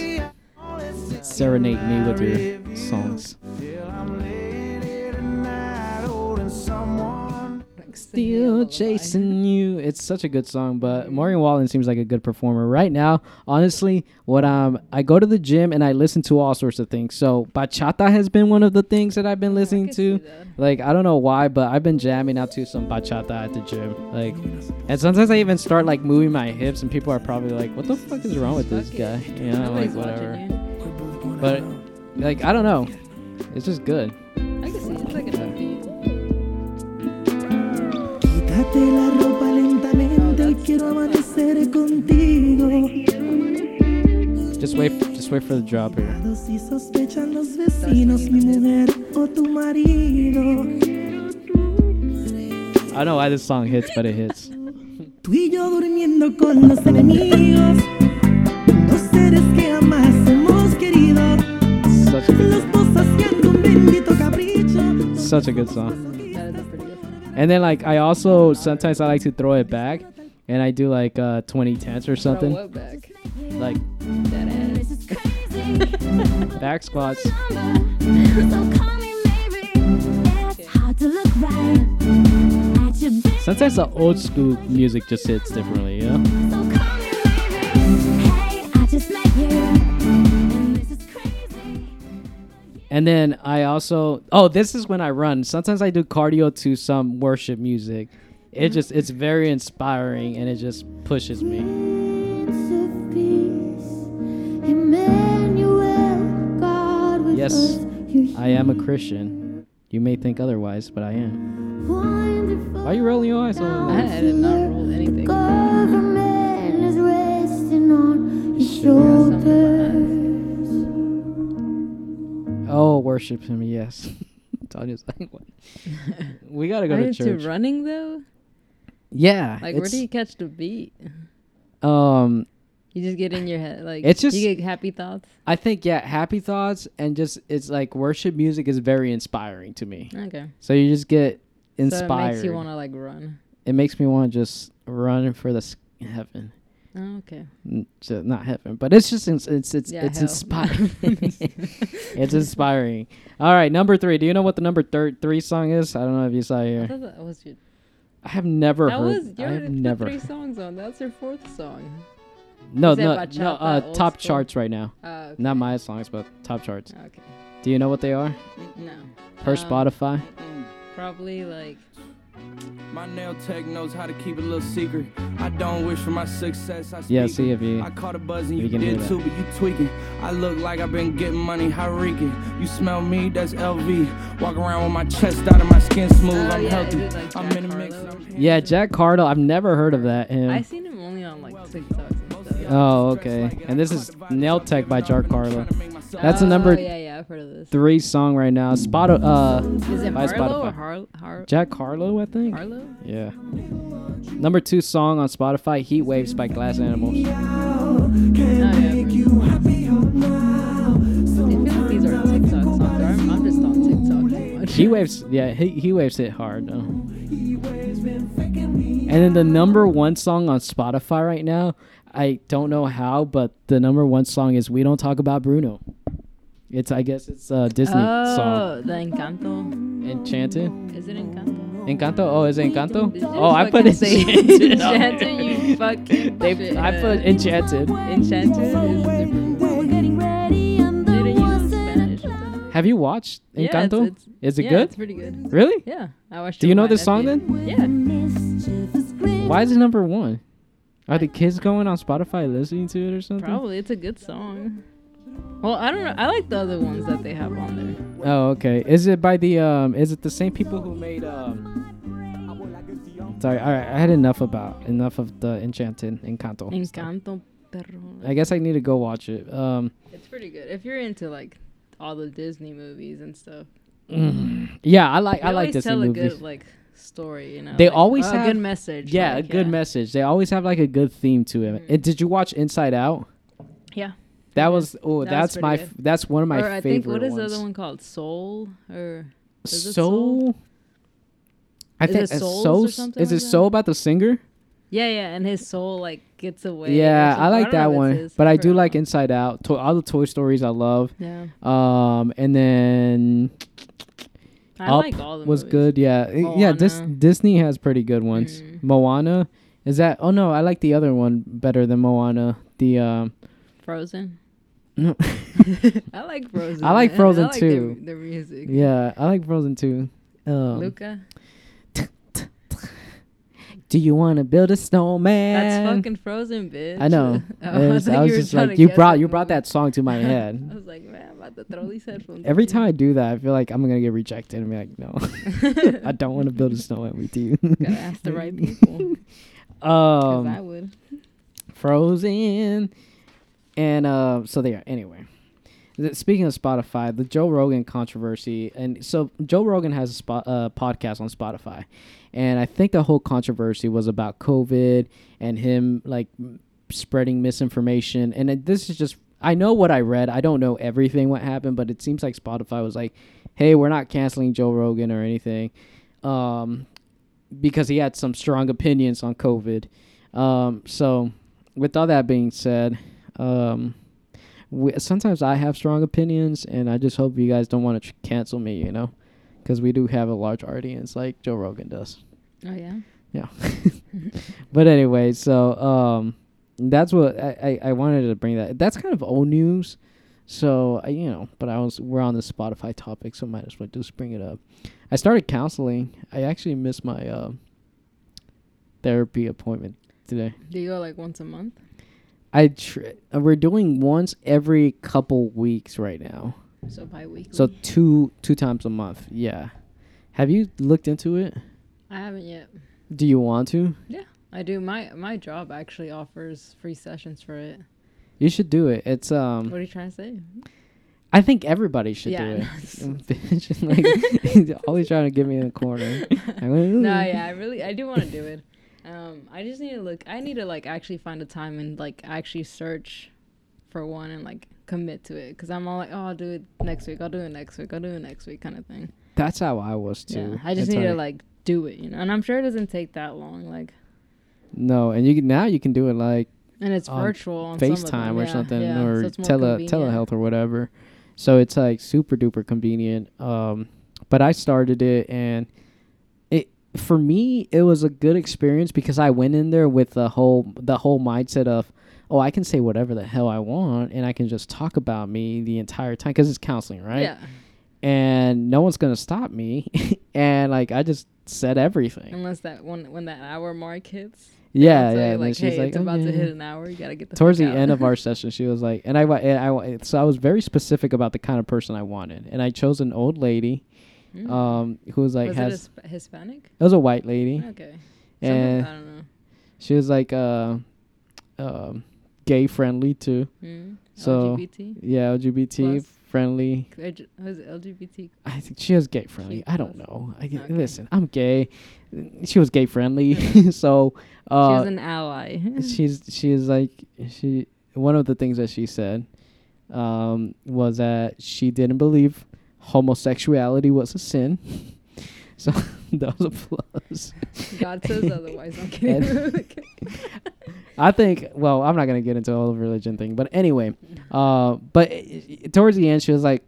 Speaker 1: Serenade me with your songs.
Speaker 2: Like, sing me a
Speaker 1: Still
Speaker 2: lullaby.
Speaker 1: chasing you. It's such a good song, but Morgan Wallen seems like a good performer right now. Honestly, what um I go to the gym and I listen to all sorts of things. So bachata has been one of the things that I've been listening
Speaker 2: can
Speaker 1: to.
Speaker 2: see that.
Speaker 1: Like I don't know why, but I've been jamming out to some bachata at the gym. Like, and sometimes I even start like moving my hips, and people are probably like, "What the fuck is wrong with this guy?" You know, like
Speaker 2: Nobody's watching
Speaker 1: whatever.
Speaker 2: you.
Speaker 1: But like I don't know, it's just good.
Speaker 2: I can see it's like an upbeat.
Speaker 5: Quítate la ropa lentamente y quiero amanecer contigo.
Speaker 1: Just wait, just wait for the drop here.
Speaker 5: Si sospechan los vecinos, mi mujer o tu marido.
Speaker 1: I don't know why this song hits, but it hits.
Speaker 5: Tú y yo durmiendo con los enemigos. Dos seres que jamás hemos querido.
Speaker 1: Such a good.
Speaker 5: Los dos haciendo un bendito capricho.
Speaker 1: Such a good song.
Speaker 2: That is a pretty good song.
Speaker 1: And then like I also sometimes I like to throw it back and I do like uh 20 tenths or
Speaker 2: Throw
Speaker 1: something.
Speaker 2: it back.
Speaker 1: Like
Speaker 2: That ass.
Speaker 1: back squats. Sometimes the old school music just hits differently, you know? And then I also oh, this is when I run. Sometimes I do cardio to some worship music. It just it's very inspiring and it just pushes me. Yes, I am a Christian. You may think otherwise, but I am. Why are you rolling your eyes? all
Speaker 2: I
Speaker 1: over?
Speaker 2: I did not rule anything.
Speaker 7: Government is resting on your
Speaker 2: Some of my eyes.
Speaker 7: shoulders.
Speaker 1: Oh, worship him, yes. Tanya's like, what? we gotta go
Speaker 2: Are you
Speaker 1: to
Speaker 2: into
Speaker 1: church.
Speaker 2: running though?
Speaker 1: Yeah,
Speaker 2: Like, where
Speaker 1: it's,
Speaker 2: do you catch the beat?
Speaker 1: um,
Speaker 2: You just get in your head. Like,
Speaker 1: It's just-
Speaker 2: you get happy thoughts.
Speaker 1: I think yeah, happy thoughts and just it's like worship music is very inspiring to me.
Speaker 2: Okay.
Speaker 1: So you just
Speaker 2: So
Speaker 1: get
Speaker 2: it
Speaker 1: inspired.
Speaker 2: makes you want to like run.
Speaker 1: me want to just run for the s- heaven,
Speaker 2: Oh, okay.
Speaker 1: N- so not heaven, but it's just it's it's it's,
Speaker 2: Yeah,
Speaker 1: it's
Speaker 2: hell.
Speaker 1: inspiring. it's inspiring. All right, number three. Do you know what the number thir- three song is? I don't know if you saw
Speaker 2: I
Speaker 1: here.
Speaker 2: thought that was your.
Speaker 1: I have never
Speaker 2: That
Speaker 1: heard.
Speaker 2: was
Speaker 1: I
Speaker 2: your
Speaker 1: have never.
Speaker 2: three songs on. That's your fourth song.
Speaker 1: No,
Speaker 2: Is it
Speaker 1: no,
Speaker 2: bachata,
Speaker 1: no. Uh,
Speaker 2: old
Speaker 1: top
Speaker 2: school?
Speaker 1: charts right now.
Speaker 2: Oh, okay.
Speaker 1: Not my songs, but top charts.
Speaker 2: Okay.
Speaker 1: Do you know what they are?
Speaker 2: No.
Speaker 1: Per
Speaker 2: Um,
Speaker 1: Spotify.
Speaker 2: Probably like.
Speaker 6: My nail tech knows how to keep it a little secret. I don't wish for my success. I speak
Speaker 1: Yeah,
Speaker 6: it.
Speaker 1: see if you-
Speaker 6: I caught a buzz and
Speaker 1: if
Speaker 6: you
Speaker 1: you can hear
Speaker 6: did
Speaker 1: that.
Speaker 6: too, but you tweaking. I look like I've been getting money, how reeking. You smell me, that's LV. Walk around with my chest out and my skin smooth.
Speaker 2: Oh,
Speaker 6: I'm
Speaker 2: yeah,
Speaker 6: healthy.
Speaker 2: is it like
Speaker 6: I'm
Speaker 2: Jack
Speaker 6: in a mix.
Speaker 2: Harlow?
Speaker 6: I'm
Speaker 1: Yeah, Jack Cardle. I've never heard of that. him.
Speaker 2: I seen him only on like TikToks and stuff.
Speaker 1: Oh, okay. And this is Nail Tech by Jack Carlo. That's
Speaker 2: oh,
Speaker 1: a number
Speaker 2: Yeah, yeah, I've heard of this.
Speaker 1: three song right now. Spot uh
Speaker 2: Is it
Speaker 1: by
Speaker 2: Harlow or
Speaker 1: Spotify.
Speaker 2: Har- Har-
Speaker 1: Jack Carlo, I think.
Speaker 2: Harlow?
Speaker 1: Yeah. Number two song on Spotify, Heat Waves by Glass Animals.
Speaker 2: No, yeah, I've heard of it. I feel like these are TikTok songs. or I'm, I'm just on TikTok too much.
Speaker 1: Heat Waves, yeah, he, Heat Waves hit hard though. And then the number one song on Spotify right now, I don't know how, but the number one song is "We Don't Talk About Bruno." It's I guess it's a Disney
Speaker 2: oh,
Speaker 1: song.
Speaker 2: the Encanto.
Speaker 1: Enchanted.
Speaker 2: Is it Encanto?
Speaker 1: Encanto? Oh, is it Encanto?
Speaker 2: Did you
Speaker 1: Oh, I put
Speaker 2: fucking say
Speaker 1: Enchanted. on there.
Speaker 2: Enchanted, you fucking.
Speaker 1: They, I put Enchanted.
Speaker 2: Enchanted is different. Didn't you know Spanish?
Speaker 1: Have you watched
Speaker 2: Yeah, it's-
Speaker 1: Encanto?
Speaker 2: it's-
Speaker 1: is it
Speaker 2: yeah,
Speaker 1: good?
Speaker 2: It's pretty good.
Speaker 1: Really?
Speaker 2: Yeah, I watched.
Speaker 1: Do
Speaker 2: it
Speaker 1: you
Speaker 2: with
Speaker 1: know
Speaker 2: my
Speaker 1: this song
Speaker 2: nephew. Yeah,
Speaker 1: Why is it number one? Are the kids going on Spotify listening to it or something?
Speaker 2: probably. It's a good song. Well, I don't know. I like the other ones that they have on there.
Speaker 1: Oh, okay. Is it by the um? Is it the same people who made um? Sorry. All right. I had enough about enough of the Enchanted Encanto.
Speaker 2: Encanto, perro.
Speaker 1: I guess I need to go watch it. Um,
Speaker 2: It's pretty good if you're into like all the Disney movies and stuff.
Speaker 1: yeah, I like
Speaker 2: They
Speaker 1: I like
Speaker 2: always
Speaker 1: Disney
Speaker 2: tell a
Speaker 1: movies.
Speaker 2: good like story. You know,
Speaker 1: They
Speaker 2: like,
Speaker 1: always
Speaker 2: oh, a
Speaker 1: have-
Speaker 2: good message.
Speaker 1: yeah,
Speaker 2: like, Mm.
Speaker 1: a good message. They always have like a good theme to it. And did you watch Inside Out?
Speaker 2: Yeah.
Speaker 1: That was
Speaker 2: That
Speaker 1: oh,
Speaker 2: was
Speaker 1: that's
Speaker 2: pretty
Speaker 1: my
Speaker 2: good.
Speaker 1: f- that's one of my
Speaker 2: or I think
Speaker 1: favorite
Speaker 2: what is
Speaker 1: ones.
Speaker 2: the other one called? Soul or Is it
Speaker 1: Soul. I
Speaker 2: Is
Speaker 1: think
Speaker 2: it Souls
Speaker 1: soul.
Speaker 2: or something
Speaker 1: Is
Speaker 2: like
Speaker 1: it
Speaker 2: that?
Speaker 1: soul about the singer?
Speaker 2: yeah, yeah. And his soul like gets away. or
Speaker 1: Yeah, I
Speaker 2: something.
Speaker 1: like
Speaker 2: don't know
Speaker 1: that
Speaker 2: if it's
Speaker 1: one.
Speaker 2: his.
Speaker 1: But I
Speaker 2: forgot
Speaker 1: do
Speaker 2: that
Speaker 1: like
Speaker 2: one.
Speaker 1: Inside Out. To- all the Toy Stories I love.
Speaker 2: Yeah,
Speaker 1: Um, and then
Speaker 2: I
Speaker 1: Up
Speaker 2: like all the
Speaker 1: was
Speaker 2: movies.
Speaker 1: good. Yeah, I- yeah. Dis-
Speaker 2: Moana. Mm-hmm.
Speaker 1: Disney has pretty good ones. Moana is that? Oh no, I like the other one better than Moana. The um,
Speaker 2: Frozen.
Speaker 1: No.
Speaker 2: I like Frozen.
Speaker 1: I like
Speaker 2: man.
Speaker 1: Frozen
Speaker 2: I like their-
Speaker 1: too.
Speaker 2: Their music.
Speaker 1: yeah, I like Frozen too. Um,
Speaker 2: Luca.
Speaker 1: do you want to build a snowman?
Speaker 2: That's fucking Frozen, bitch. Oh,
Speaker 1: I know.
Speaker 2: I
Speaker 1: It
Speaker 2: was
Speaker 1: was- I
Speaker 2: like,
Speaker 1: was
Speaker 2: you were
Speaker 1: just
Speaker 2: trying
Speaker 1: like
Speaker 2: to
Speaker 1: you
Speaker 2: guess
Speaker 1: brought
Speaker 2: what
Speaker 1: you brought
Speaker 2: movie.
Speaker 1: that song to my head.
Speaker 2: I was like, man, I'm about to throw these headphones.
Speaker 1: Every
Speaker 2: at you."
Speaker 1: time I do that, I feel like I'm gonna get rejected and be like, no, I don't want to build a snowman with you.
Speaker 2: Gotta ask the right people. 'cause I
Speaker 1: um,
Speaker 2: would.
Speaker 1: Frozen, and uh, so there. Anyway, Th- speaking of Spotify, the Joe Rogan controversy, and so Joe Rogan has a spot, uh, podcast on Spotify, and I think the whole controversy was about COVID and him like m- spreading misinformation, and it, this is just. I know what I read. I don't know everything what happened, but it seems like Spotify was like, "Hey, we're not canceling Joe Rogan or anything." Um, because he had some strong opinions on COVID. Um, so, with all that being said, um, we, sometimes I have strong opinions, and I just hope you guys don't want to tr- cancel me, you know, because we do have a large audience, like Joe Rogan does.
Speaker 2: Oh yeah.
Speaker 1: Yeah. but anyway, so um, that's what I, I, I wanted to bring that. That's kind of old news. So I, you know, but I was we're on the Spotify topic, so might as well just bring it up. I started counseling. I actually missed my uh, therapy appointment today.
Speaker 2: Do you go like once a month?
Speaker 1: I tr- uh, we're doing once every couple weeks right now,
Speaker 2: So bi-weekly.
Speaker 1: so two two times a month. Yeah. Have you looked into it?
Speaker 2: I haven't yet.
Speaker 1: Do you want to?
Speaker 2: I do. My my job actually offers free sessions for it.
Speaker 1: You should do it. It's um.
Speaker 2: What are you trying to say?
Speaker 1: I think everybody should
Speaker 2: Yeah, I
Speaker 1: do
Speaker 2: know.
Speaker 1: it. Bitch, like, he's always trying to get me in the corner. I'm like, "Ooh."
Speaker 2: no, yeah, I really I do want to do it. Um, I just need to look. I need to like actually find a time and like actually search for one and like commit to it. Cause I'm all like, oh, I'll do it next week. I'll do it next week. I'll do it next week, kind of thing.
Speaker 1: That's how I was too.
Speaker 2: Yeah, I just
Speaker 1: It's
Speaker 2: need to like do it, you know. And I'm sure it doesn't take that long, like,
Speaker 1: no, and you can, now you can do it like
Speaker 2: and it's
Speaker 1: On
Speaker 2: virtual on some of them,
Speaker 1: FaceTime or
Speaker 2: yeah,
Speaker 1: something
Speaker 2: yeah, so
Speaker 1: or
Speaker 2: it's more
Speaker 1: tele
Speaker 2: convenient.
Speaker 1: telehealth or whatever. So it's like super duper convenient. Um, but I started it and it for me it was a good experience because I went in there with the whole the whole mindset of oh I can say whatever the hell I want and I can just talk about me the entire time because it's counseling right
Speaker 2: Yeah,
Speaker 1: and no one's gonna stop me and like i just said everything
Speaker 2: unless that when when that hour mark hits. they'll
Speaker 1: yeah
Speaker 2: tell
Speaker 1: yeah
Speaker 2: you,
Speaker 1: and then
Speaker 2: like,
Speaker 1: she's
Speaker 2: hey,
Speaker 1: like
Speaker 2: it's about to
Speaker 1: "Okay."
Speaker 2: hit an hour. You gotta get the
Speaker 1: towards the
Speaker 2: fuck out."
Speaker 1: end of our session she was like and I, wa- and I wa- so i was very specific about the kind of person i wanted and i chose an old lady um who was like
Speaker 2: Mm. was it a
Speaker 1: has it,
Speaker 2: Sp- Hispanic?
Speaker 1: was a white lady
Speaker 2: Okay, Something-
Speaker 1: and
Speaker 2: I don't know.
Speaker 1: she was like uh um gay friendly too
Speaker 2: Mm.
Speaker 1: so-
Speaker 2: LGBT.
Speaker 1: yeah lgbt
Speaker 2: Plus-
Speaker 1: friendly
Speaker 2: Ed- Was it LGBT?
Speaker 1: I think she was gay friendly.
Speaker 2: She
Speaker 1: I don't
Speaker 2: was.
Speaker 1: know. I,
Speaker 2: Okay.
Speaker 1: Listen, I'm gay. She was gay friendly, so uh,
Speaker 2: she was an ally.
Speaker 1: she's she's like she one of the things that she said um, was that she didn't believe homosexuality was a sin. So that was a plus.
Speaker 2: God says otherwise. I'm
Speaker 1: And-
Speaker 2: kidding.
Speaker 1: I think. Well, I'm not gonna get into all the religion thing, but anyway, uh, but i- i- towards the end, she was like,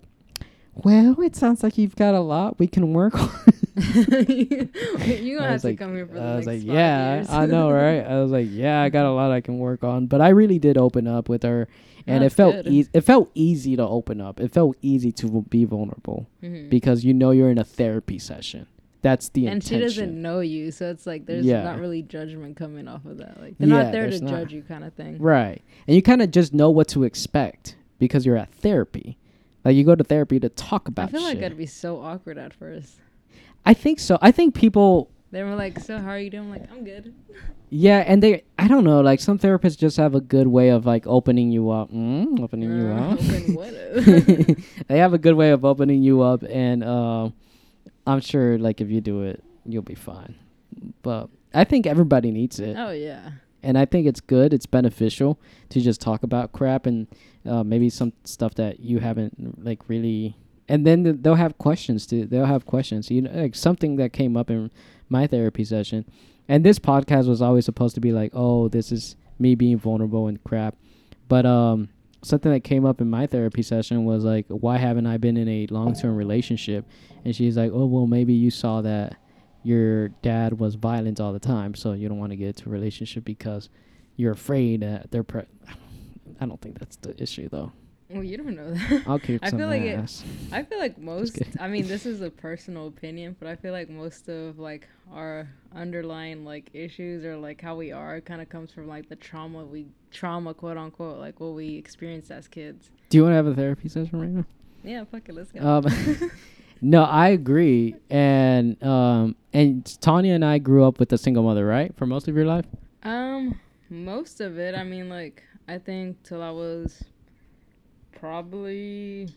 Speaker 1: "Well, it sounds like you've got a lot we can work on."
Speaker 2: you gonna
Speaker 1: I
Speaker 2: have
Speaker 1: was
Speaker 2: to
Speaker 1: like,
Speaker 2: come here for the
Speaker 1: I
Speaker 2: next
Speaker 1: was like,
Speaker 2: five
Speaker 1: yeah,
Speaker 2: years."
Speaker 1: I know, right? I was like, yeah, I got a lot I can work on, but I really did open up with her, and
Speaker 2: That's
Speaker 1: it felt
Speaker 2: good.
Speaker 1: easy. It felt easy to open up. It felt easy to v- be vulnerable
Speaker 2: Mhm.
Speaker 1: because you know you're in a therapy session. That's the
Speaker 2: and she
Speaker 1: intention.
Speaker 2: doesn't know you, so it's like there's
Speaker 1: Yeah.
Speaker 2: not really judgment coming off of that. Like they're
Speaker 1: Yeah,
Speaker 2: not there to
Speaker 1: there's not.
Speaker 2: judge you, kind of thing.
Speaker 1: Right. And you kind of just know what to expect because you're at therapy. Like you go to therapy to talk
Speaker 2: I
Speaker 1: about
Speaker 2: feel like
Speaker 1: shit.
Speaker 2: I'd be so awkward at first.
Speaker 1: I think so. I think people
Speaker 2: They were like, "So how are you doing?" I'm like, "I'm good."
Speaker 1: yeah, and they I don't know, like some therapists just have a good way of like opening you up. Mm, opening you
Speaker 2: Uh,
Speaker 1: up.
Speaker 2: open what up?
Speaker 1: they have a good way of opening you up and um I'm sure like if you do it, you'll be fine. But I think everybody needs it.
Speaker 2: oh yeah,
Speaker 1: and I think it's good. It's beneficial to just talk about crap and uh, maybe some stuff that you haven't like really. And then th- they'll have questions too. They'll have questions. You know, like something that came up in my therapy session, and this podcast was always supposed to be like, oh, this is me being vulnerable and crap, but um. Something that came up in my therapy session was like, why haven't I been in a long term relationship? And she's like, oh, well, maybe you saw that your dad was violent all the time, so you don't want to get into a relationship because you're afraid that they're. Pre- I don't think that's the issue though.
Speaker 2: well you don't know that.
Speaker 1: I'll kick
Speaker 2: I
Speaker 1: some
Speaker 2: feel like it-
Speaker 1: ass.
Speaker 2: I feel like most.
Speaker 1: kidding.
Speaker 2: I mean, this is a personal opinion, but I feel like most of like our underlying like issues or like how we are kind of comes from like the trauma we trauma quote unquote like what we experienced as kids.
Speaker 1: Do you want to have a therapy session right now?
Speaker 2: Yeah, fuck it, let's go.
Speaker 1: Um, no, I agree, and um, and Tanya and I grew up with a single mother, right, for most of your life.
Speaker 2: Um, most of it. I mean, like, I think till I was probably,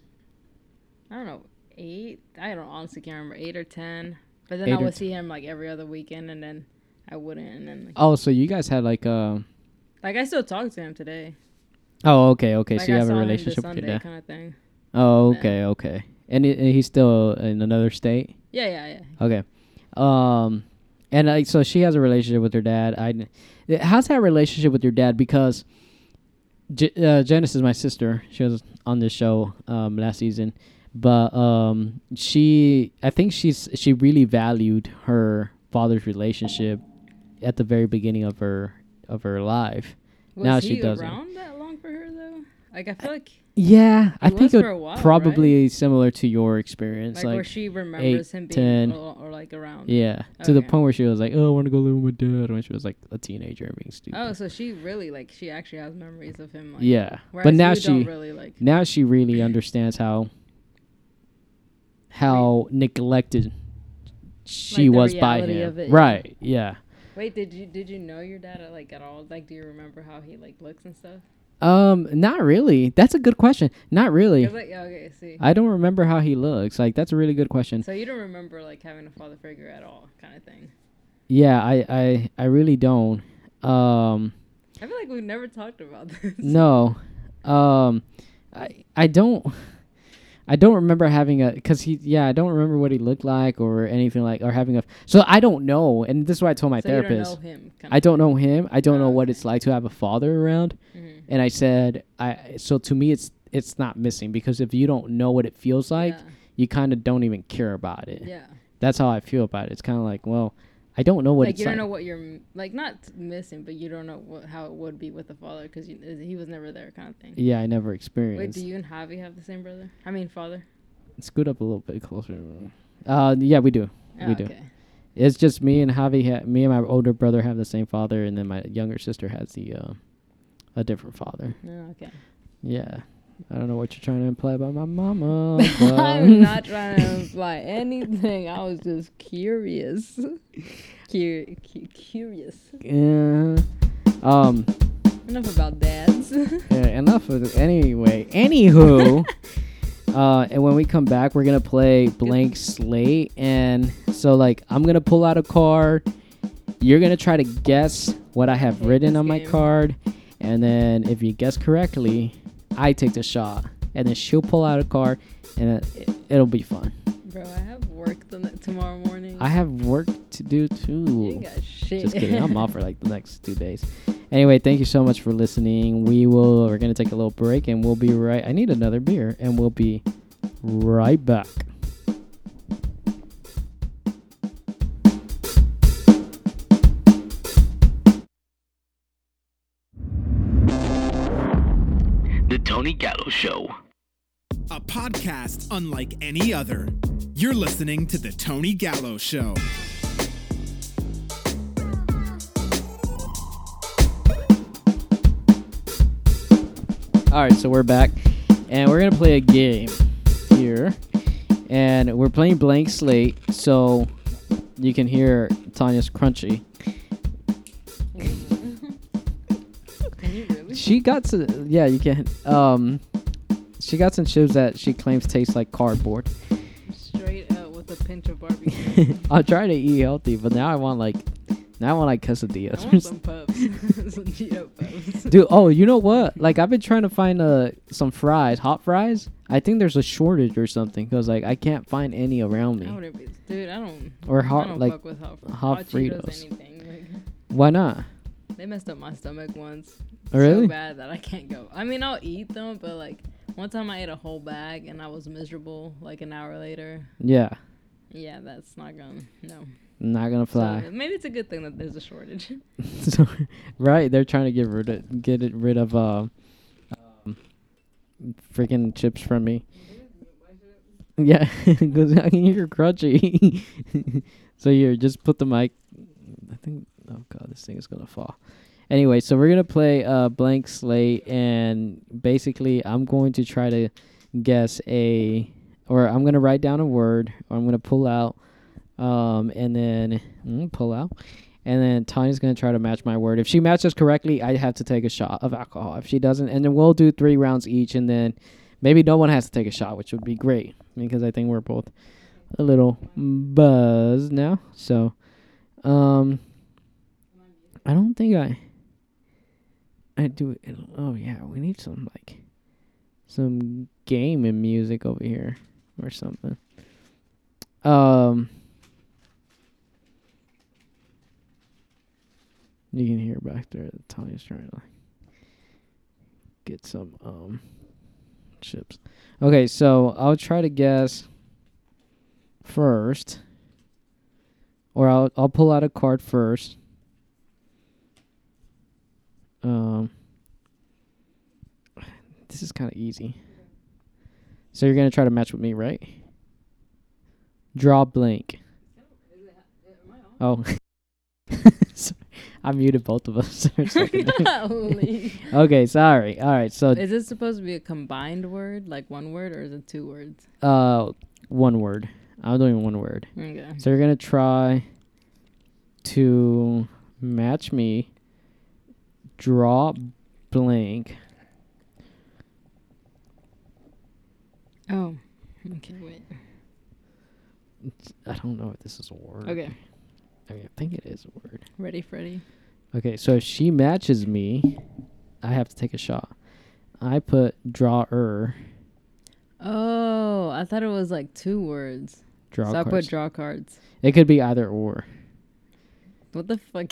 Speaker 2: I don't know, eight. I don't honestly can't remember, eight or ten. But then
Speaker 1: Eight
Speaker 2: I
Speaker 1: or
Speaker 2: would see him like every other weekend, and then I wouldn't, and then like,
Speaker 1: Oh, so you guys had like um.
Speaker 2: like I still talk to him today.
Speaker 1: Oh, okay, okay.
Speaker 2: like,
Speaker 1: so you
Speaker 2: I
Speaker 1: have
Speaker 2: saw
Speaker 1: a
Speaker 2: him this
Speaker 1: relationship with your
Speaker 2: Sunday
Speaker 1: dad.
Speaker 2: kind of thing.
Speaker 1: Oh, okay, okay. And, he- and he's still in another state.
Speaker 2: Yeah, yeah, yeah.
Speaker 1: Okay. Um, and like, so she has a relationship with her dad. I, how's that relationship with your dad? Because J- uh, Janice is my sister. She was on this show um, last season, but um, she, I think she's she really valued her father's relationship at the very beginning of her of her life.
Speaker 2: Was
Speaker 1: Now
Speaker 2: he
Speaker 1: she doesn't.
Speaker 2: around that long for her though? Like I feel like,
Speaker 1: Yeah, I
Speaker 2: It
Speaker 1: think
Speaker 2: was
Speaker 1: it
Speaker 2: for a while, right?
Speaker 1: probably similar to your experience.
Speaker 2: like,
Speaker 1: Like,
Speaker 2: where she remembers him being
Speaker 1: 10.
Speaker 2: or, or like around.
Speaker 1: yeah, to the
Speaker 2: Okay.
Speaker 1: point where she was like, "Oh, I want to go live with my dad," when she was like a teenager and being stupid.
Speaker 2: Oh, so she really like she actually has memories of him. Like,
Speaker 1: yeah, but
Speaker 2: Whereas
Speaker 1: now
Speaker 2: you
Speaker 1: she
Speaker 2: don't really like.
Speaker 1: now she really understands how how neglected she
Speaker 2: Like the
Speaker 1: was by
Speaker 2: reality
Speaker 1: him.
Speaker 2: of it, yeah.
Speaker 1: Right? Yeah.
Speaker 2: Wait, did you did you know your dad at, like at all? Like, do you remember how he like looks and stuff?
Speaker 1: Um, not really. That's a good question. Not really.
Speaker 2: It's like yeah, okay, see.
Speaker 1: I don't remember how he looks. Like that's a really good question.
Speaker 2: So you don't remember like having a father figure at all, kind of thing.
Speaker 1: Yeah, I I I really don't. Um.
Speaker 2: I feel like we've never talked about this.
Speaker 1: No, um, I I don't I don't remember having a because he yeah I don't remember what he looked like or anything like or having a so I don't know and this is why I told my
Speaker 2: so you
Speaker 1: therapist
Speaker 2: don't know him. Kind
Speaker 1: I don't know him I don't
Speaker 2: Oh,
Speaker 1: know what
Speaker 2: okay. Mm-hmm.
Speaker 1: it's like to have a father around and I said I so to me it's it's not missing because if you don't know what it feels like
Speaker 2: Yeah.
Speaker 1: you kind of don't even care about it
Speaker 2: Yeah.
Speaker 1: that's how I feel about it it's kind of like well I don't know what
Speaker 2: like
Speaker 1: it's
Speaker 2: you
Speaker 1: like
Speaker 2: don't know what you're m- like not missing, but you don't know what, how it would be with the father because he was never there, kind of thing.
Speaker 1: yeah I never
Speaker 2: Wait,
Speaker 1: experienced
Speaker 2: do you and Javi have the same brother? I mean, father.
Speaker 1: scoot up a little bit closer. Uh, yeah, we do.
Speaker 2: Oh,
Speaker 1: we do.
Speaker 2: Okay.
Speaker 1: It's just me and Javi. Ha- me and my older brother have the same father, and then my younger sister has the uh, a different father.
Speaker 2: Oh, okay.
Speaker 1: Yeah, I don't know what you're trying to imply about my mama.
Speaker 2: I'm
Speaker 1: but-
Speaker 2: not trying to imply anything. I was just curious. Cur- cu- curious.
Speaker 1: Yeah. Um.
Speaker 2: Enough about dads.
Speaker 1: yeah, enough of it. Anyway. Anywho. Uh, and when we come back, we're gonna play blank slate, and so like I'm gonna pull out a card. You're gonna try to guess what I have
Speaker 2: hate
Speaker 1: written
Speaker 2: this
Speaker 1: on my
Speaker 2: game.
Speaker 1: card, and then if you guess correctly, I take the shot, and then she'll pull out a card, and uh, it, it'll be fun.
Speaker 2: Bro, I have work the ne- tomorrow morning.
Speaker 1: I have work to do
Speaker 2: You
Speaker 1: too.
Speaker 2: ain't got shit.
Speaker 1: Just kidding. I'm off for like the next two days. Anyway, thank you so much for listening. We will we're gonna take a little break and we'll be right I need another beer and we'll be right back.
Speaker 8: Tony Gallo Show.
Speaker 3: a podcast unlike any other. You're listening to The Tony Gallo Show.
Speaker 1: All right, so we're back, and we're gonna play a game here, and we're playing blank slate. So you can hear Tanya's crunchy.
Speaker 2: Can you really?
Speaker 1: She got to yeah, you can. Um, she got some chips that she claims taste like cardboard.
Speaker 2: Straight up with a pinch of barbecue.
Speaker 1: I try to eat healthy, but now I want like now I want like
Speaker 2: I want
Speaker 1: quesadillas.
Speaker 2: some pups. some Cheeto pups.
Speaker 1: Dude, oh, you know what? Like I've been trying to find uh some fries, hot fries. I think there's a shortage or something because like I can't find any around
Speaker 2: I
Speaker 1: me.
Speaker 2: wouldn't be, dude, I don't.
Speaker 1: Or
Speaker 2: I
Speaker 1: hot
Speaker 2: don't
Speaker 1: like
Speaker 2: fuck with hot, fr-
Speaker 1: hot
Speaker 2: Cheetos,
Speaker 1: Fritos.
Speaker 2: anything.
Speaker 1: why not?
Speaker 2: Like, they messed up my stomach once.
Speaker 1: Really?
Speaker 2: So bad that I can't go. I mean, I'll eat them, but like one time I ate a whole bag and I was miserable. Like an hour later.
Speaker 1: Yeah,
Speaker 2: Yeah, that's not gonna no.
Speaker 1: not gonna
Speaker 2: So
Speaker 1: fly.
Speaker 2: maybe it's a good thing that there's a shortage.
Speaker 1: So, right, they're trying to get rid of get it rid of uh, um, freaking chips from me. Yeah, because I can hear crunchy. so here, just put the mic. I think. Oh god, this thing is gonna fall. Anyway, so we're gonna play uh, blank slate, and basically, I'm going to try to guess a, or I'm gonna write down a word, or I'm gonna pull out, um, and then mm, pull out, and then Tanya's gonna try to match my word. If she matches correctly, I have to take a shot of alcohol. If she doesn't, and then we'll do three rounds each, and then maybe no one has to take a shot, which would be great because I think we're both a little buzzed now. So, um, I don't think I, I do it. Oh yeah, we need some like, some game and music over here or something. Um. You can hear back there that Tanya's trying to like get some um chips. Okay, so I'll try to guess first. Or I'll I'll pull out a card first. Um this is kinda easy. So you're gonna try to match with me, right? Draw blank. Oh Sorry. I muted both of us. for a second.
Speaker 2: Holy.
Speaker 1: okay, sorry. All right, so
Speaker 2: is this supposed to be a combined word, like one word, or is it two words?
Speaker 1: uh, one word. I'm doing one word.
Speaker 2: Okay.
Speaker 1: So you're gonna try to match me. Draw blank.
Speaker 2: Oh. Okay. Wait.
Speaker 1: I don't know if this is a word.
Speaker 2: Okay.
Speaker 1: I mean, I think it is a word.
Speaker 2: Ready, Freddy?
Speaker 1: Okay, so if she matches me, I have to take a shot. I put drawer.
Speaker 2: Oh, I thought it was like two words.
Speaker 1: Draw
Speaker 2: so I
Speaker 1: cards.
Speaker 2: put draw cards.
Speaker 1: it could be either or.
Speaker 2: What the fuck?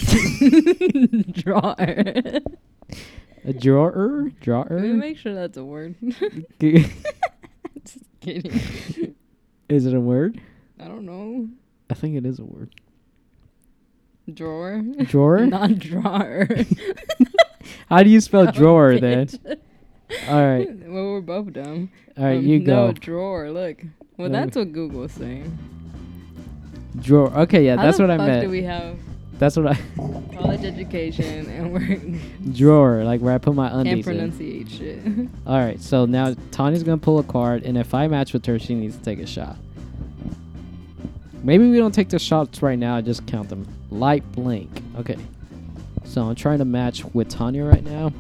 Speaker 2: draw.
Speaker 1: A drawer? Drawer?
Speaker 2: Let me make sure that's a word. Kidding.
Speaker 1: is it a word?
Speaker 2: I don't know.
Speaker 1: I think it is a word.
Speaker 2: Drawer.
Speaker 1: Drawer?
Speaker 2: Not drawer.
Speaker 1: How do you spell drawer then? All right.
Speaker 2: well, we're both dumb.
Speaker 1: All right,
Speaker 2: Um,
Speaker 1: you
Speaker 2: No,
Speaker 1: go.
Speaker 2: drawer. Look. Well,
Speaker 1: Let me-
Speaker 2: that's what Google's saying.
Speaker 1: Drawer. Okay, yeah,
Speaker 2: How
Speaker 1: that's
Speaker 2: the
Speaker 1: what I
Speaker 2: fuck
Speaker 1: meant.
Speaker 2: do we have
Speaker 1: that's what I
Speaker 2: college education and we're
Speaker 1: drawer, like where I put my undies.
Speaker 2: and
Speaker 1: In.
Speaker 2: pronunciate shit?
Speaker 1: All right, so now Tanya's gonna pull a card, and if I match with her, she needs to take a shot. Maybe we don't take the shots right now. Just count them. Light blank. Okay. So I'm trying to match with Tanya right now.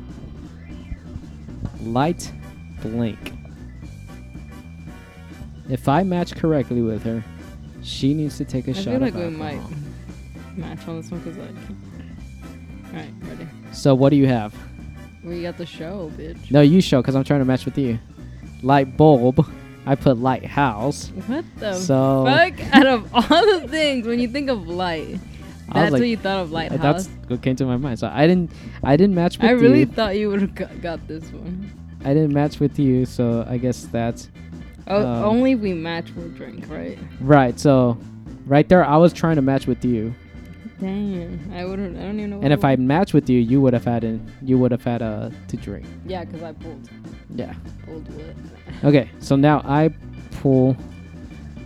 Speaker 1: Light blank. If I match correctly with her, she needs to take a
Speaker 2: I
Speaker 1: shot.
Speaker 2: feel
Speaker 1: of
Speaker 2: like we might
Speaker 1: alcohol.
Speaker 2: match on this one because like. All right, ready.
Speaker 1: So what do you have?
Speaker 2: We got the show, bitch.
Speaker 1: No, you show because I'm trying to match with you. Light bulb. I put lighthouse.
Speaker 2: What the
Speaker 1: So-
Speaker 2: fuck? Out of all the things, when you think of light,
Speaker 1: I
Speaker 2: that's
Speaker 1: was like,
Speaker 2: what you thought of
Speaker 1: "Uh,
Speaker 2: lighthouse.
Speaker 1: that's what came to my mind. So I didn't, I didn't match with
Speaker 2: I really
Speaker 1: you.
Speaker 2: thought you would have got, got this one.
Speaker 1: I didn't match with you. So I guess that's
Speaker 2: Oh,
Speaker 1: Um,
Speaker 2: only we match will drink, right?
Speaker 1: right. So right there, I was trying to match with you,
Speaker 2: Damn, I wouldn't. I don't even know.
Speaker 1: and if
Speaker 2: what-
Speaker 1: I matched with you, you would have had an, you would have had a uh, to drink.
Speaker 2: yeah, because I pulled.
Speaker 1: Yeah.
Speaker 2: Old wood.
Speaker 1: Okay, so now I pull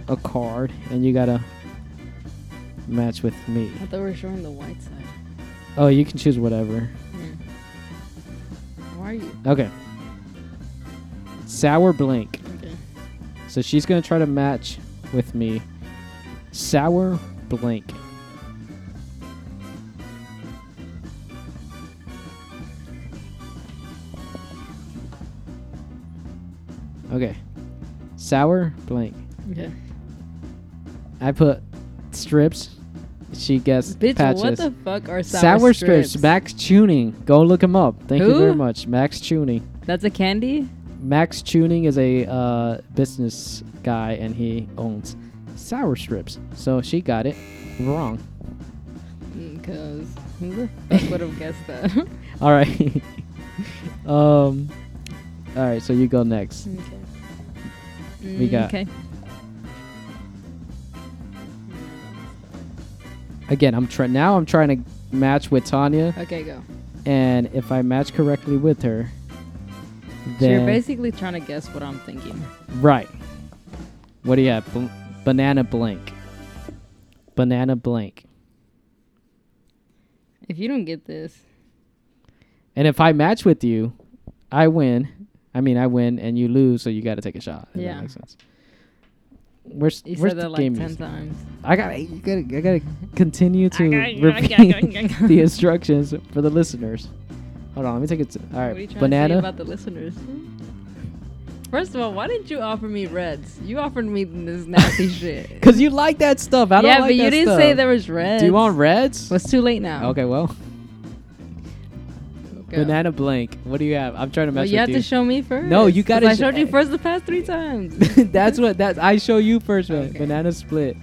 Speaker 1: a card, and you gotta match with me.
Speaker 2: I thought we were showing the white side.
Speaker 1: Oh, you can choose whatever.
Speaker 2: Why are you?
Speaker 1: Okay. Sour blank.
Speaker 2: Okay.
Speaker 1: So she's gonna try to match with me. Sour blank. Okay. Sour blank.
Speaker 2: Okay.
Speaker 1: I put strips. She guessed
Speaker 2: Bitch,
Speaker 1: patches.
Speaker 2: what the fuck are sour,
Speaker 1: sour, strips. Max Tuning. Go look him up. Thank you
Speaker 2: Who?
Speaker 1: very much. Max Tuning.
Speaker 2: That's a candy?
Speaker 1: Max Tuning is a uh, business guy and he owns Sour Strips. So she got it wrong.
Speaker 2: Because Mm, who the fuck would have guessed that?
Speaker 1: All right. um. All right. So you go next.
Speaker 2: Mm. okay.
Speaker 1: We got-
Speaker 2: Mm, Okay.
Speaker 1: Again, I'm trying now. I'm trying to match with Tanya,
Speaker 2: Okay, go.
Speaker 1: and if I match correctly with her,
Speaker 2: So you're
Speaker 1: then
Speaker 2: basically trying to guess what I'm thinking.
Speaker 1: right. What do you have? Bl- banana blank. Banana blank.
Speaker 2: If you don't get this,
Speaker 1: And if I match with you, I win. I mean, I win and you lose, so you got to take a shot. if that
Speaker 2: Yeah.
Speaker 1: makes sense. Where's,
Speaker 2: you
Speaker 1: where's
Speaker 2: said that
Speaker 1: the
Speaker 2: like
Speaker 1: game?
Speaker 2: 10
Speaker 1: music?
Speaker 2: times.
Speaker 1: I got. I got. I got to continue to repeat the
Speaker 2: what
Speaker 1: instructions for the listeners. Hold on, let me take it. To, all
Speaker 2: are you trying
Speaker 1: right,
Speaker 2: to say
Speaker 1: banana.
Speaker 2: about the listeners? First of all, why didn't you offer me reds? You offered me this nasty shit.
Speaker 1: Because you like that stuff. I
Speaker 2: yeah,
Speaker 1: don't like
Speaker 2: but you
Speaker 1: that
Speaker 2: didn't
Speaker 1: stuff.
Speaker 2: say there was reds.
Speaker 1: Do you want reds?
Speaker 2: Well, it's too late now.
Speaker 1: Okay, well,
Speaker 2: Go.
Speaker 1: banana blank. What do you have? I'm trying to
Speaker 2: Well,
Speaker 1: match
Speaker 2: you
Speaker 1: with
Speaker 2: have
Speaker 1: you.
Speaker 2: to show me first.
Speaker 1: No, you
Speaker 2: 'cause
Speaker 1: gotta
Speaker 2: I
Speaker 1: sh-
Speaker 2: showed you first the past three times.
Speaker 1: That's what. That I show you first, man.
Speaker 2: Okay.
Speaker 1: Banana split.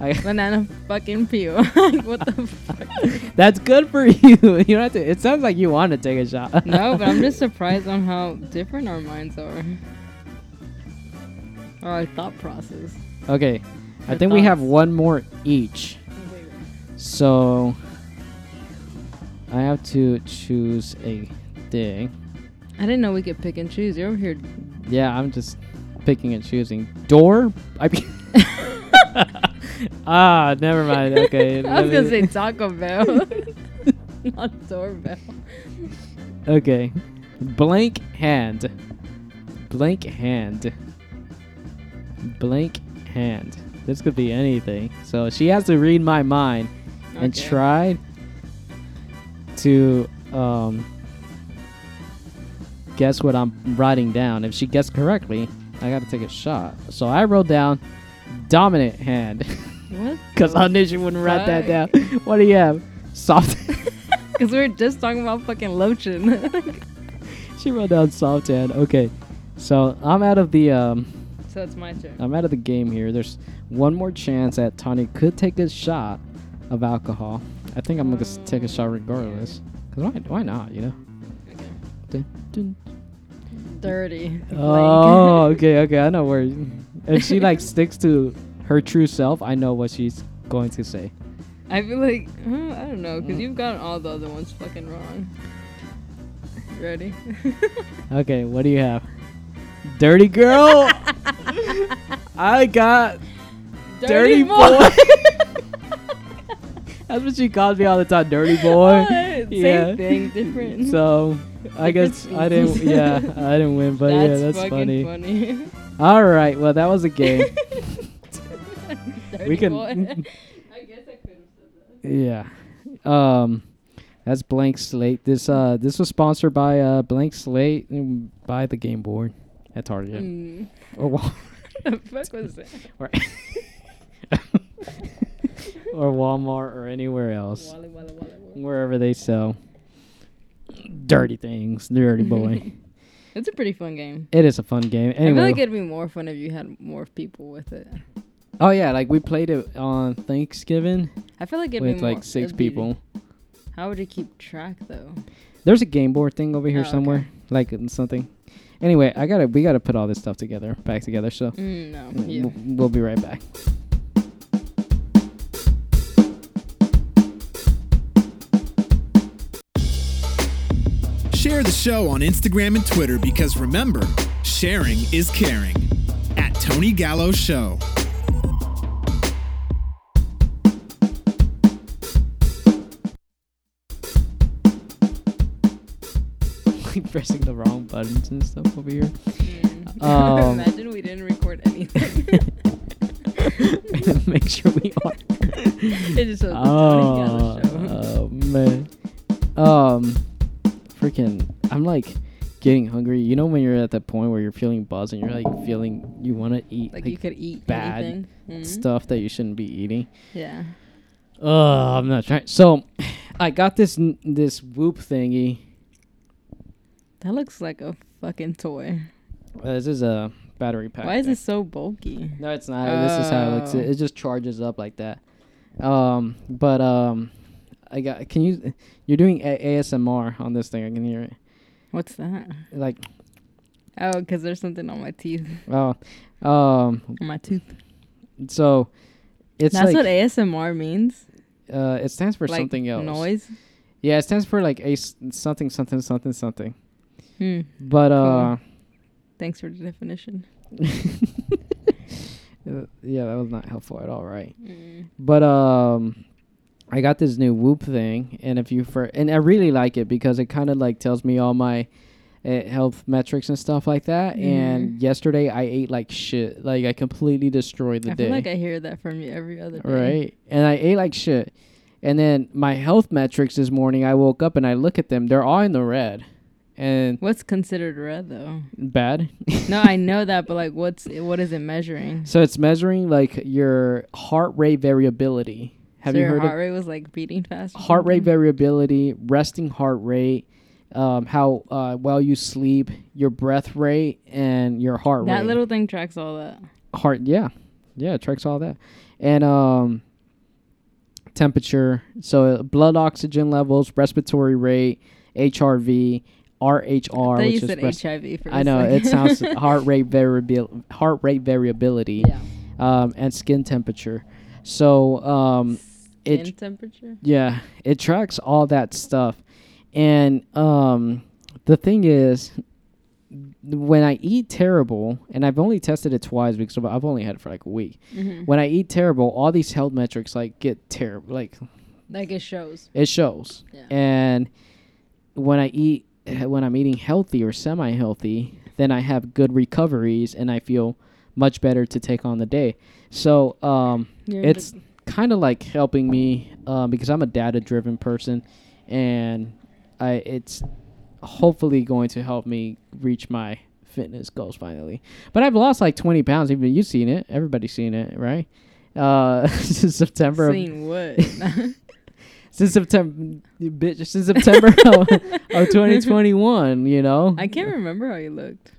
Speaker 1: I,
Speaker 2: Banana fucking peel. Like, what the fuck?
Speaker 1: That's good for you. You don't have to. It sounds like you want to take a shot.
Speaker 2: No, but I'm just surprised on how different our minds are. Or our thought process.
Speaker 1: Okay, I
Speaker 2: Your
Speaker 1: think we have
Speaker 2: thoughts.
Speaker 1: one more each. So I have to choose a thing.
Speaker 2: I didn't know we could pick and choose. You're over here.
Speaker 1: Yeah, I'm just picking and choosing. Door. I. mean- ah, never mind. Okay.
Speaker 2: I was
Speaker 1: let
Speaker 2: gonna
Speaker 1: me-
Speaker 2: say Taco Bell, not doorbell.
Speaker 1: Okay. Blank hand. Blank hand. Blank hand. This could be anything. So she has to read my mind and
Speaker 2: Okay.
Speaker 1: try to um, guess what I'm writing down. If she guessed correctly, I got to take a shot. So I wrote down dominant hand
Speaker 2: What?
Speaker 1: because I knew she wouldn't write that down.
Speaker 2: fuck?
Speaker 1: What do you have? Soft.
Speaker 2: Because we were just talking about fucking lotion.
Speaker 1: She wrote down soft hand. Okay, so I'm out of the um,
Speaker 2: so it's my turn.
Speaker 1: I'm out of the game here. There's one more chance that Tanya could take a shot of alcohol. I think I'm gonna s- take a shot regardless. Cause why, why not? You know. Dun, dun.
Speaker 2: Dirty.
Speaker 1: Oh, okay, okay. I know where. you- If she like sticks to her true self, I know what she's going to say.
Speaker 2: I feel like uh, I don't know because you've gotten all the other ones fucking wrong. Ready?
Speaker 1: Okay, what do you have? Dirty girl. I got Dirty boy. That's what she calls me all the time, dirty boy.
Speaker 2: Same
Speaker 1: Yeah.
Speaker 2: thing, different.
Speaker 1: So I guess I didn't.
Speaker 2: species.
Speaker 1: Yeah, I didn't win, but
Speaker 2: that's
Speaker 1: yeah, that's funny.
Speaker 2: fucking funny.
Speaker 1: All right, well that was a game. we can.
Speaker 2: I guess I could have said that.
Speaker 1: yeah. Um, that's blank slate. This uh, this was sponsored by uh, blank slate and by the game board at Target
Speaker 2: Mm.
Speaker 1: or Wal-
Speaker 2: the fuck was that?
Speaker 1: or, or Walmart or anywhere else.
Speaker 2: Walla, walla, walla, walla.
Speaker 1: wherever they sell dirty things, dirty boy.
Speaker 2: It's a pretty fun game.
Speaker 1: it is a fun game. Anyway,
Speaker 2: I feel like it'd be more fun if you had more people with it.
Speaker 1: oh yeah, like we played it on Thanksgiving
Speaker 2: I feel like it'd be
Speaker 1: with
Speaker 2: more,
Speaker 1: like six
Speaker 2: it'd be-
Speaker 1: people.
Speaker 2: how would you keep track though?
Speaker 1: There's a game board thing over here
Speaker 2: Oh, okay.
Speaker 1: somewhere, like in something. Anyway, I gotta we gotta put all this stuff together, back together. So
Speaker 2: Mm, no.
Speaker 1: w-
Speaker 2: Yeah.
Speaker 1: we'll be right back.
Speaker 3: Share the show on Instagram and Twitter because remember, sharing is caring. At Tony Gallo Show.
Speaker 1: Like pressing the wrong buttons and stuff over here.
Speaker 2: Mm.
Speaker 1: Um,
Speaker 2: Imagine we didn't record anything.
Speaker 1: Make sure we are.
Speaker 2: it just was the Tony
Speaker 1: Oh,
Speaker 2: Gallo show.
Speaker 1: oh, man. Um, freaking, I'm like getting hungry. You know when you're at that point where you're feeling buzz and you're like feeling you want to eat
Speaker 2: like, you could eat
Speaker 1: bad
Speaker 2: anything. Mhm.
Speaker 1: stuff that you shouldn't be eating.
Speaker 2: Yeah.
Speaker 1: Ugh, I'm not trying. So, I got this n- this Whoop thingy.
Speaker 2: That looks like a fucking toy.
Speaker 1: Uh, this is a battery pack.
Speaker 2: Why is
Speaker 1: thing.
Speaker 2: this so bulky?
Speaker 1: No, it's not. This is how it looks.
Speaker 2: Oh.
Speaker 1: It, it just charges up like that. Um, but um, I got. Can you? You're doing a- ASMR on this thing. I can hear it.
Speaker 2: What's that?
Speaker 1: Like,
Speaker 2: Oh, 'cause there's something on my teeth,
Speaker 1: oh, um.
Speaker 2: on my tooth.
Speaker 1: So, it's
Speaker 2: That's what
Speaker 1: like
Speaker 2: ASMR means.
Speaker 1: uh, it stands for
Speaker 2: like
Speaker 1: something else.
Speaker 2: Noise.
Speaker 1: Yeah, it stands for like a s- something something something something.
Speaker 2: Hmm.
Speaker 1: But uh,
Speaker 2: Thanks for the definition.
Speaker 1: uh, yeah, that was not helpful at all, right? But um, I got this new Whoop thing, and if you for and I really like it because it kind of like tells me all my uh, health metrics and stuff like that. And yesterday I ate like shit, like I completely destroyed the
Speaker 2: I
Speaker 1: day,
Speaker 2: feel like I hear that from you every other day.
Speaker 1: right? And I ate like shit. And then my health metrics this morning, I woke up and I look at them; they're all in the red, and
Speaker 2: What's considered red though?
Speaker 1: bad.
Speaker 2: No, I know that, but like, what's what is it measuring?
Speaker 1: So it's measuring like your heart rate variability. Have
Speaker 2: so
Speaker 1: you
Speaker 2: your
Speaker 1: heard
Speaker 2: heart
Speaker 1: of
Speaker 2: rate was like beating fast. or
Speaker 1: heart rate
Speaker 2: something?
Speaker 1: variability, resting heart rate, um, how uh, well you sleep, your breath rate, and your heart
Speaker 2: That
Speaker 1: rate.
Speaker 2: little thing tracks all that.
Speaker 1: heart, yeah, yeah, it tracks all that, and um, temperature. So uh, blood oxygen levels, respiratory rate, HRV, RHR,
Speaker 2: They
Speaker 1: which
Speaker 2: used
Speaker 1: is
Speaker 2: said
Speaker 1: res-
Speaker 2: HIV for.
Speaker 1: I
Speaker 2: a
Speaker 1: know it
Speaker 2: second.
Speaker 1: sounds heart rate variabil- heart rate variability,
Speaker 2: Yeah.
Speaker 1: um, and skin temperature. So um, it
Speaker 2: Skin temperature.
Speaker 1: yeah, it tracks all that stuff. And um the thing is when I eat terrible, and I've only tested it twice because I've only had it for like a week. When I eat terrible, all these health metrics like get terrible. Like
Speaker 2: Like it shows.
Speaker 1: it shows.
Speaker 2: Yeah.
Speaker 1: And when I eat, when I'm eating healthy or semi healthy, then I have good recoveries and I feel much better to take on the day. So um,
Speaker 2: You're
Speaker 1: it's kind of like helping me uh, because I'm a data driven person and I it's hopefully going to help me reach my fitness goals finally. But I've lost like 20 pounds. Even you've seen it. Everybody's seen it, right? Uh, since September of
Speaker 2: Seen what?
Speaker 1: since September, bitch, since September of, of 2021, you know.
Speaker 2: I can't remember how you looked.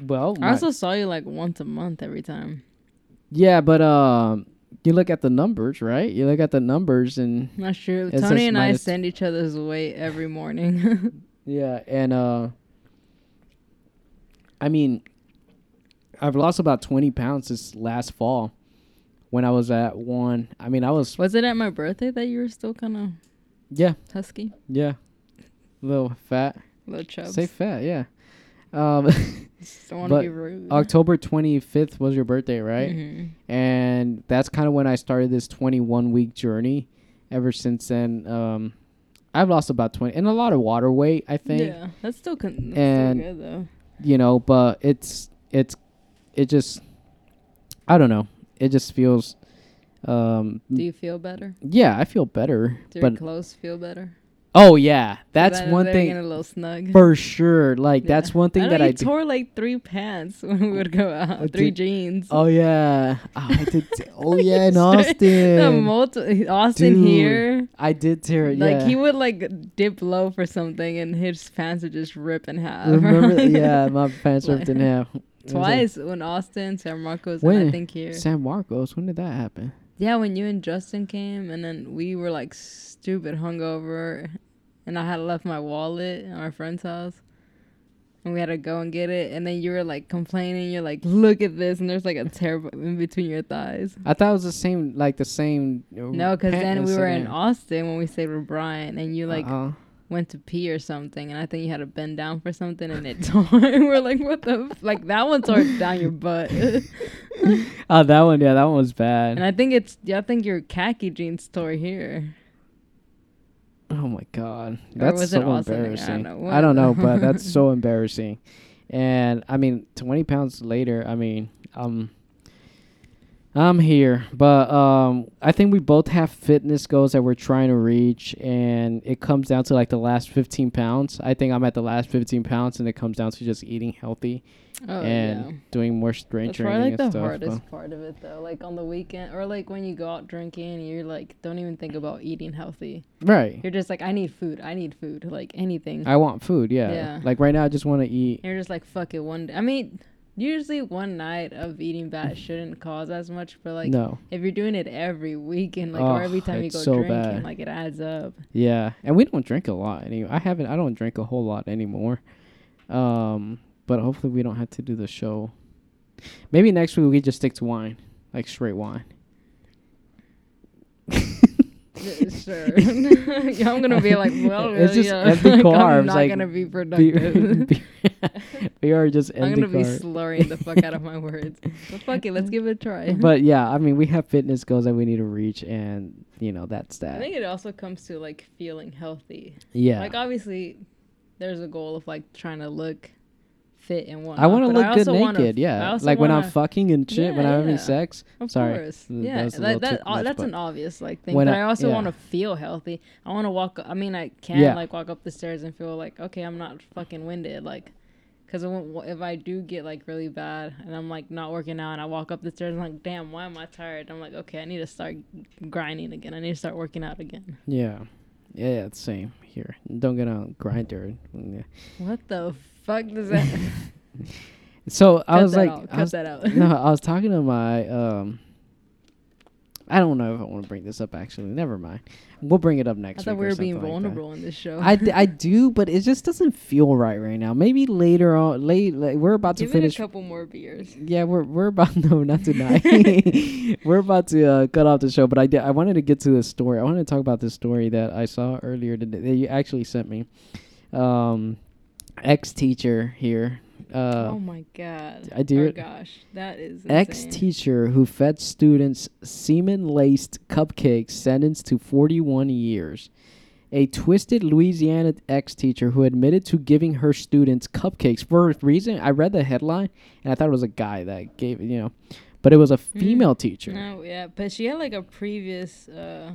Speaker 1: well,
Speaker 2: I
Speaker 1: my-
Speaker 2: also saw you like once a month every time.
Speaker 1: yeah, but um, you look at the numbers, right? You look at the numbers, and
Speaker 2: Not sure.
Speaker 1: It says
Speaker 2: Tony and I
Speaker 1: minus-
Speaker 2: send each other's weight every morning.
Speaker 1: yeah, and uh, I mean, I've lost about 20 pounds since last fall when I was at one. I mean, I was
Speaker 2: was it at my birthday that you were still kind of
Speaker 1: yeah,
Speaker 2: husky,
Speaker 1: yeah, little fat,
Speaker 2: little chubs?
Speaker 1: say fat, yeah. Um,
Speaker 2: Don't want to be
Speaker 1: but
Speaker 2: rude.
Speaker 1: October 25th was your birthday, right?
Speaker 2: Mhm.
Speaker 1: and that's kind of when I started this 21 week journey. Ever since then, um, I've lost about 20 and a lot of water weight, I think.
Speaker 2: Yeah, that's still, con- that's
Speaker 1: And-
Speaker 2: still good though.
Speaker 1: You know, but it's it's it just I don't know. It just feels um
Speaker 2: Do you feel better?
Speaker 1: yeah, I feel better,
Speaker 2: Do your
Speaker 1: but
Speaker 2: clothes feel better?
Speaker 1: oh yeah, that's
Speaker 2: Is that-
Speaker 1: one
Speaker 2: they're
Speaker 1: thing
Speaker 2: Getting a little snug.
Speaker 1: for sure. Like that's one thing
Speaker 2: I know
Speaker 1: that
Speaker 2: you
Speaker 1: I do.
Speaker 2: tore like three pants when we would go out,
Speaker 1: I
Speaker 2: three
Speaker 1: did-
Speaker 2: jeans.
Speaker 1: Oh yeah, oh, I did. oh yeah, in
Speaker 2: the
Speaker 1: Austin,
Speaker 2: multi- Austin
Speaker 1: Dude,
Speaker 2: here.
Speaker 1: I did tear it.
Speaker 2: Like
Speaker 1: yeah.
Speaker 2: he would like dip low for something, and his pants would just rip in half.
Speaker 1: Remember? yeah, my pants ripped in half It was like-
Speaker 2: twice when Austin, San Marcos, and
Speaker 1: When?
Speaker 2: I think here.
Speaker 1: San Marcos. When did that happen?
Speaker 2: yeah, when you and Justin came, and then we were like stupid hungover, and I had left my wallet at our friend's house. And we had to go and get it, and then you were like complaining. You're like, "Look at this!" And there's like a tear b- in between your thighs.
Speaker 1: I thought it was the same, like the same.
Speaker 2: No, because then we were in Austin when we stayed with Brian, and you like
Speaker 1: uh
Speaker 2: went to pee or something, and I think you had to bend down for something, and it tore. and we're like, what the f-? like that one tore down your butt.
Speaker 1: Oh, that one. Yeah, that one was bad.
Speaker 2: and I think it's yeah, I think your khaki jeans tore here.
Speaker 1: Oh my god, that's
Speaker 2: was it
Speaker 1: so
Speaker 2: also there? I don't
Speaker 1: embarrassing.
Speaker 2: know,
Speaker 1: I don't know,
Speaker 2: whatever.
Speaker 1: but that's so embarrassing. And I mean, twenty pounds later, I mean, um, I'm here, but um, I think we both have fitness goals that we're trying to reach, and it comes down to like the last fifteen pounds. I think I'm at the last fifteen pounds, and it comes down to just eating healthy
Speaker 2: Oh
Speaker 1: and
Speaker 2: yeah.
Speaker 1: doing more strength
Speaker 2: That's probably
Speaker 1: training
Speaker 2: like the
Speaker 1: and stuff. um,
Speaker 2: hardest
Speaker 1: but-
Speaker 2: part of it though. Like on the weekend or like when you go out drinking and you're like don't even think about eating healthy.
Speaker 1: Right.
Speaker 2: You're just like I need food. I need food. Like anything.
Speaker 1: I want food. Yeah.
Speaker 2: Yeah.
Speaker 1: Like right now, I just want to eat.
Speaker 2: you're just like fuck it one day. I mean, usually one night of eating bad shouldn't cause as much, but like
Speaker 1: no.
Speaker 2: if you're doing it every weekend, like or
Speaker 1: Ugh,
Speaker 2: every time you
Speaker 1: it's
Speaker 2: go
Speaker 1: so
Speaker 2: drinking,
Speaker 1: bad.
Speaker 2: like it adds up.
Speaker 1: Yeah, and we don't drink a lot anyway. I haven't. I don't drink a whole lot anymore. Um, but hopefully we don't have to do the show. Maybe next week we just stick to wine, like straight wine.
Speaker 2: sure. yeah, I'm gonna be like, well, really,
Speaker 1: It's just
Speaker 2: uh,
Speaker 1: empty carbs,
Speaker 2: I'm not
Speaker 1: like,
Speaker 2: gonna be
Speaker 1: Be-
Speaker 2: productive.
Speaker 1: be- we are just
Speaker 2: I'm
Speaker 1: empty
Speaker 2: gonna be
Speaker 1: carbs.
Speaker 2: slurring the fuck out of my words. But fuck it, let's give it a try.
Speaker 1: But yeah, I mean we have fitness goals that we need to reach, and you know that's
Speaker 2: I
Speaker 1: that.
Speaker 2: think it also comes to like feeling healthy.
Speaker 1: Yeah,
Speaker 2: Like obviously, there's a goal of like trying to look fit and whatnot.
Speaker 1: I want to
Speaker 2: but
Speaker 1: look good
Speaker 2: also wanna-
Speaker 1: naked.
Speaker 2: I
Speaker 1: yeah,
Speaker 2: also
Speaker 1: like when I'm
Speaker 2: wanna-
Speaker 1: fucking and shit, when
Speaker 2: Yeah,
Speaker 1: I'm having
Speaker 2: yeah.
Speaker 1: sex.
Speaker 2: Of
Speaker 1: Sorry,
Speaker 2: course.
Speaker 1: th-
Speaker 2: Yeah,
Speaker 1: was a
Speaker 2: that,
Speaker 1: little
Speaker 2: that,
Speaker 1: too
Speaker 2: uh,
Speaker 1: much,
Speaker 2: that's
Speaker 1: but-
Speaker 2: an obvious like thing.
Speaker 1: When
Speaker 2: but
Speaker 1: I-
Speaker 2: I, also
Speaker 1: yeah.
Speaker 2: want to feel healthy. I want to walk. I mean, I can
Speaker 1: Yeah.
Speaker 2: like walk up the stairs and feel like okay, I'm not fucking winded. Like, because if I do get like really bad and I'm like not working out and I walk up the stairs, I'm like, damn, why am I tired? I'm like, okay, I need to start grinding again. I need to start working out again.
Speaker 1: Yeah. Yeah, yeah, it's same here. Don't get on grinder. Yeah.
Speaker 2: What the fuck does that?
Speaker 1: So I
Speaker 2: Cut
Speaker 1: was
Speaker 2: that
Speaker 1: like,
Speaker 2: out.
Speaker 1: I
Speaker 2: Cut
Speaker 1: was,
Speaker 2: that out.
Speaker 1: no, I was talking to my um. I don't know if I want to bring this up. Actually, never mind. We'll bring it up next.
Speaker 2: I thought
Speaker 1: week
Speaker 2: we
Speaker 1: or
Speaker 2: were being
Speaker 1: something like that.
Speaker 2: vulnerable in this show.
Speaker 1: I, d- I do, but it just doesn't feel right right now. Maybe later on, late, late we're about
Speaker 2: Give
Speaker 1: to
Speaker 2: it a
Speaker 1: finish.
Speaker 2: couple more beers.
Speaker 1: yeah, we're we're about no, not tonight. we're about to uh, cut off the show, but I did, I wanted to get to this story. I wanted to talk about this story that I saw earlier today that you actually sent me. Um, ex teacher here. Uh,
Speaker 2: oh my god.
Speaker 1: I do
Speaker 2: Oh
Speaker 1: it-
Speaker 2: gosh, that is
Speaker 1: ex
Speaker 2: insane.
Speaker 1: teacher who fed students semen laced cupcakes sentenced to 41 years. A twisted Louisiana ex teacher who admitted to giving her students cupcakes for a reason. I read the headline and I thought it was a guy that gave, you know, but it was a female teacher.
Speaker 2: Mm-hmm. No, yeah, but she had like a previous, uh,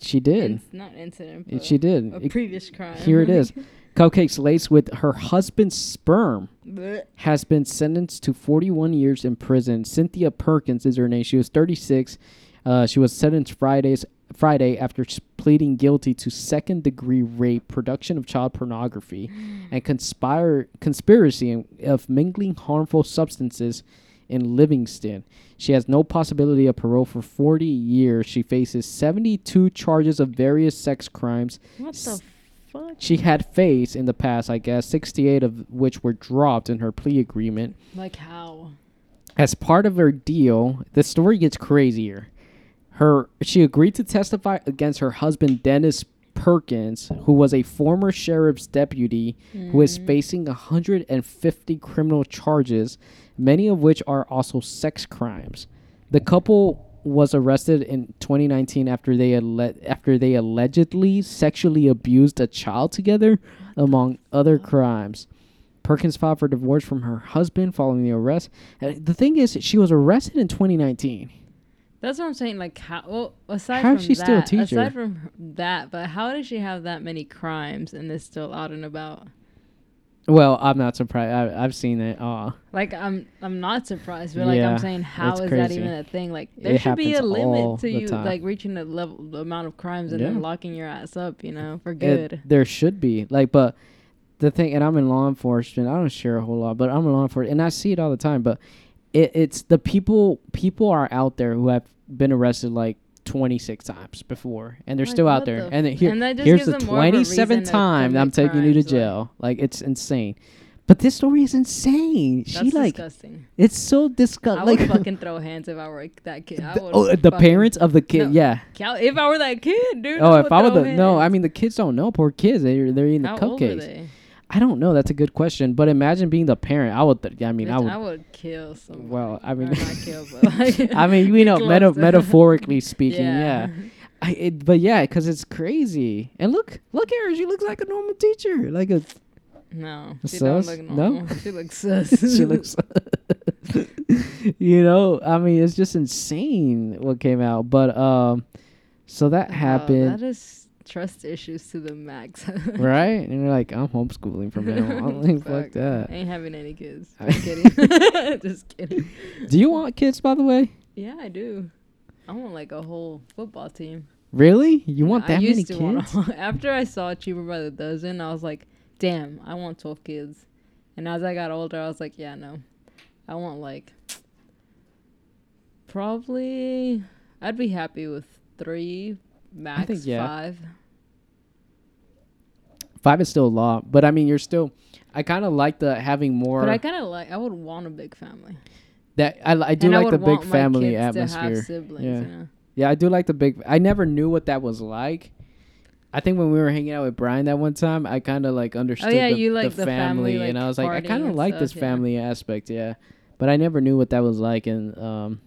Speaker 1: She did.
Speaker 2: in- not incident,
Speaker 1: And
Speaker 2: but
Speaker 1: she did.
Speaker 2: a
Speaker 1: It-
Speaker 2: previous crime.
Speaker 1: here it is. Cupcakes laced with her husband's sperm.
Speaker 2: Blech.
Speaker 1: has been sentenced to 41 years in prison. Cynthia Perkins is her name. She was 36. Uh, she was sentenced Fridays Friday after s- pleading guilty to second degree rape, production of child pornography,
Speaker 2: Mm.
Speaker 1: and conspire conspiracy of mingling harmful substances in Livingston. She has no possibility of parole for 40 years. She faces 72 charges of various sex crimes
Speaker 2: what the fuck?
Speaker 1: she had faced in the past, I guess, 68 of which were dropped in her plea agreement.
Speaker 2: Like how?
Speaker 1: As part of her deal, the story gets crazier. Her she agreed to testify against her husband Dennis Perkins, who was a former sheriff's deputy who is facing 150 criminal charges, many of which are also sex crimes. The couple was arrested in 2019 after they alle- after they allegedly sexually abused a child together, among other crimes. Perkins filed for divorce from her husband following the arrest. Uh, The thing is, she was arrested in 2019.
Speaker 2: That's what I'm saying. Like how? Well, aside
Speaker 1: How
Speaker 2: from
Speaker 1: is she
Speaker 2: that,
Speaker 1: still a teacher?
Speaker 2: aside from her- that, but how does she have that many crimes and is still out and about?
Speaker 1: Well, I'm not surprised. I, I've seen it. Uh,
Speaker 2: Like I'm, I'm not surprised, but like
Speaker 1: Yeah,
Speaker 2: I'm saying, how
Speaker 1: it's
Speaker 2: is that
Speaker 1: crazy.
Speaker 2: even a thing? Like there
Speaker 1: It
Speaker 2: should be a
Speaker 1: happens all
Speaker 2: limit to
Speaker 1: the
Speaker 2: you,
Speaker 1: time.
Speaker 2: like reaching a level, the amount of crimes and
Speaker 1: Yeah.
Speaker 2: then locking your ass up, you know, for
Speaker 1: it-
Speaker 2: good.
Speaker 1: there should be like, but the thing, and I'm in law enforcement. I don't share a whole lot, but I'm in law enforcement, and I see it all the time. But it, it's the people. People are out there who have been arrested like 26 times before, and they're
Speaker 2: Like,
Speaker 1: still out
Speaker 2: what
Speaker 1: there.
Speaker 2: the
Speaker 1: and then
Speaker 2: f-
Speaker 1: here,
Speaker 2: and that just
Speaker 1: here's
Speaker 2: gives
Speaker 1: the
Speaker 2: them more of a reason
Speaker 1: 27th
Speaker 2: to
Speaker 1: time that I'm
Speaker 2: commit
Speaker 1: taking you to
Speaker 2: crimes, like-
Speaker 1: jail. Like, it's insane. But this story is insane.
Speaker 2: That's
Speaker 1: she like
Speaker 2: disgusting.
Speaker 1: it's so
Speaker 2: I
Speaker 1: disgusting. Like
Speaker 2: would fucking throw hands if I were that kid. I would
Speaker 1: oh, the
Speaker 2: fucking-
Speaker 1: parents of the kid.
Speaker 2: No.
Speaker 1: Yeah.
Speaker 2: Cal- If I were that kid, dude.
Speaker 1: Oh, if I
Speaker 2: would
Speaker 1: would
Speaker 2: throw
Speaker 1: the, no, I
Speaker 2: hands.
Speaker 1: mean the kids don't know. Poor kids, they're they're eating
Speaker 2: How
Speaker 1: the
Speaker 2: old were
Speaker 1: cupcakes.
Speaker 2: they?
Speaker 1: I don't know. That's a good question. But imagine being the parent. I would. Th- I mean,
Speaker 2: Bitch,
Speaker 1: I would.
Speaker 2: kill someone.
Speaker 1: well, I mean,
Speaker 2: not kill, but like,
Speaker 1: I mean, you know,
Speaker 2: close
Speaker 1: meta-
Speaker 2: to-
Speaker 1: metaphorically speaking, yeah.
Speaker 2: Yeah.
Speaker 1: I, it, but yeah, because it's crazy. And look, look at her. She looks like a normal teacher. Like a
Speaker 2: no, she don't
Speaker 1: Sus?
Speaker 2: look
Speaker 1: No?
Speaker 2: normal. She looks sus.
Speaker 1: she looks. you know, I mean, it's just insane what came out. But um, so that
Speaker 2: Wow,
Speaker 1: happened.
Speaker 2: that is trust issues to the max.
Speaker 1: right? And you're like, I'm homeschooling from now on. Like, fuck
Speaker 2: Fuck.
Speaker 1: that.
Speaker 2: Ain't having any kids.
Speaker 1: I-
Speaker 2: Just kidding. Just kidding.
Speaker 1: Do you want kids, by the way?
Speaker 2: Yeah, I do. I want like a whole football team.
Speaker 1: Really? You want
Speaker 2: I
Speaker 1: that many
Speaker 2: used
Speaker 1: kids?
Speaker 2: to want a- after I saw Cheaper by the Dozen, I was like, damn, I want 12 kids. And as I got older, I was like, yeah, no. I want like probably I'd be happy with 3 max
Speaker 1: yeah.
Speaker 2: 5.
Speaker 1: Five is still a lot, but I mean, you're still. I kind of like the having more
Speaker 2: But I kind of like I would want a big family.
Speaker 1: that I, I do
Speaker 2: and I
Speaker 1: like
Speaker 2: would
Speaker 1: the big
Speaker 2: want my
Speaker 1: family
Speaker 2: kids To have
Speaker 1: atmosphere.
Speaker 2: siblings,
Speaker 1: Yeah.
Speaker 2: yeah. You know?
Speaker 1: Yeah, I do like the big. I never knew what that was like. I think when we were hanging out with Brian that one time, I kind of like understood
Speaker 2: yeah,
Speaker 1: the,
Speaker 2: you like the
Speaker 1: family,
Speaker 2: family,
Speaker 1: and
Speaker 2: like,
Speaker 1: I was like, I
Speaker 2: partying
Speaker 1: kind of
Speaker 2: and
Speaker 1: like
Speaker 2: stuff,
Speaker 1: this
Speaker 2: yeah.
Speaker 1: family aspect, yeah. But I never knew what that was like, and um,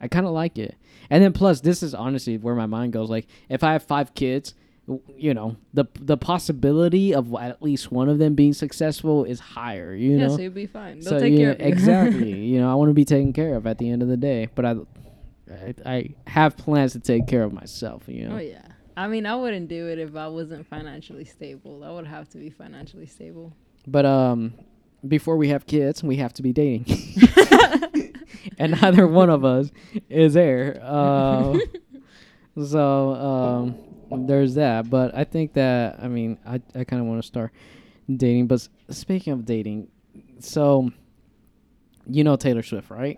Speaker 1: I kind of like it. And then plus, this is honestly where my mind goes. Like, if I have five kids, w- you know, the the possibility of at least one of them being successful is higher. You
Speaker 2: yeah,
Speaker 1: know,
Speaker 2: so you'd be fine. They'll
Speaker 1: so
Speaker 2: take
Speaker 1: yeah,
Speaker 2: care of you.
Speaker 1: exactly. you know, I want to be taken care of at the end of the day, but I, I, I have plans to take care of myself. You know,
Speaker 2: Oh yeah. I mean, I wouldn't do it if I wasn't financially stable. I would have to be financially stable.
Speaker 1: but um, before we have kids, we have to be dating, and neither one of us is there. Uh, so um, there's that. But I think that I mean, I I kind of want to start dating. But s- speaking of dating, so you know Taylor Swift, right?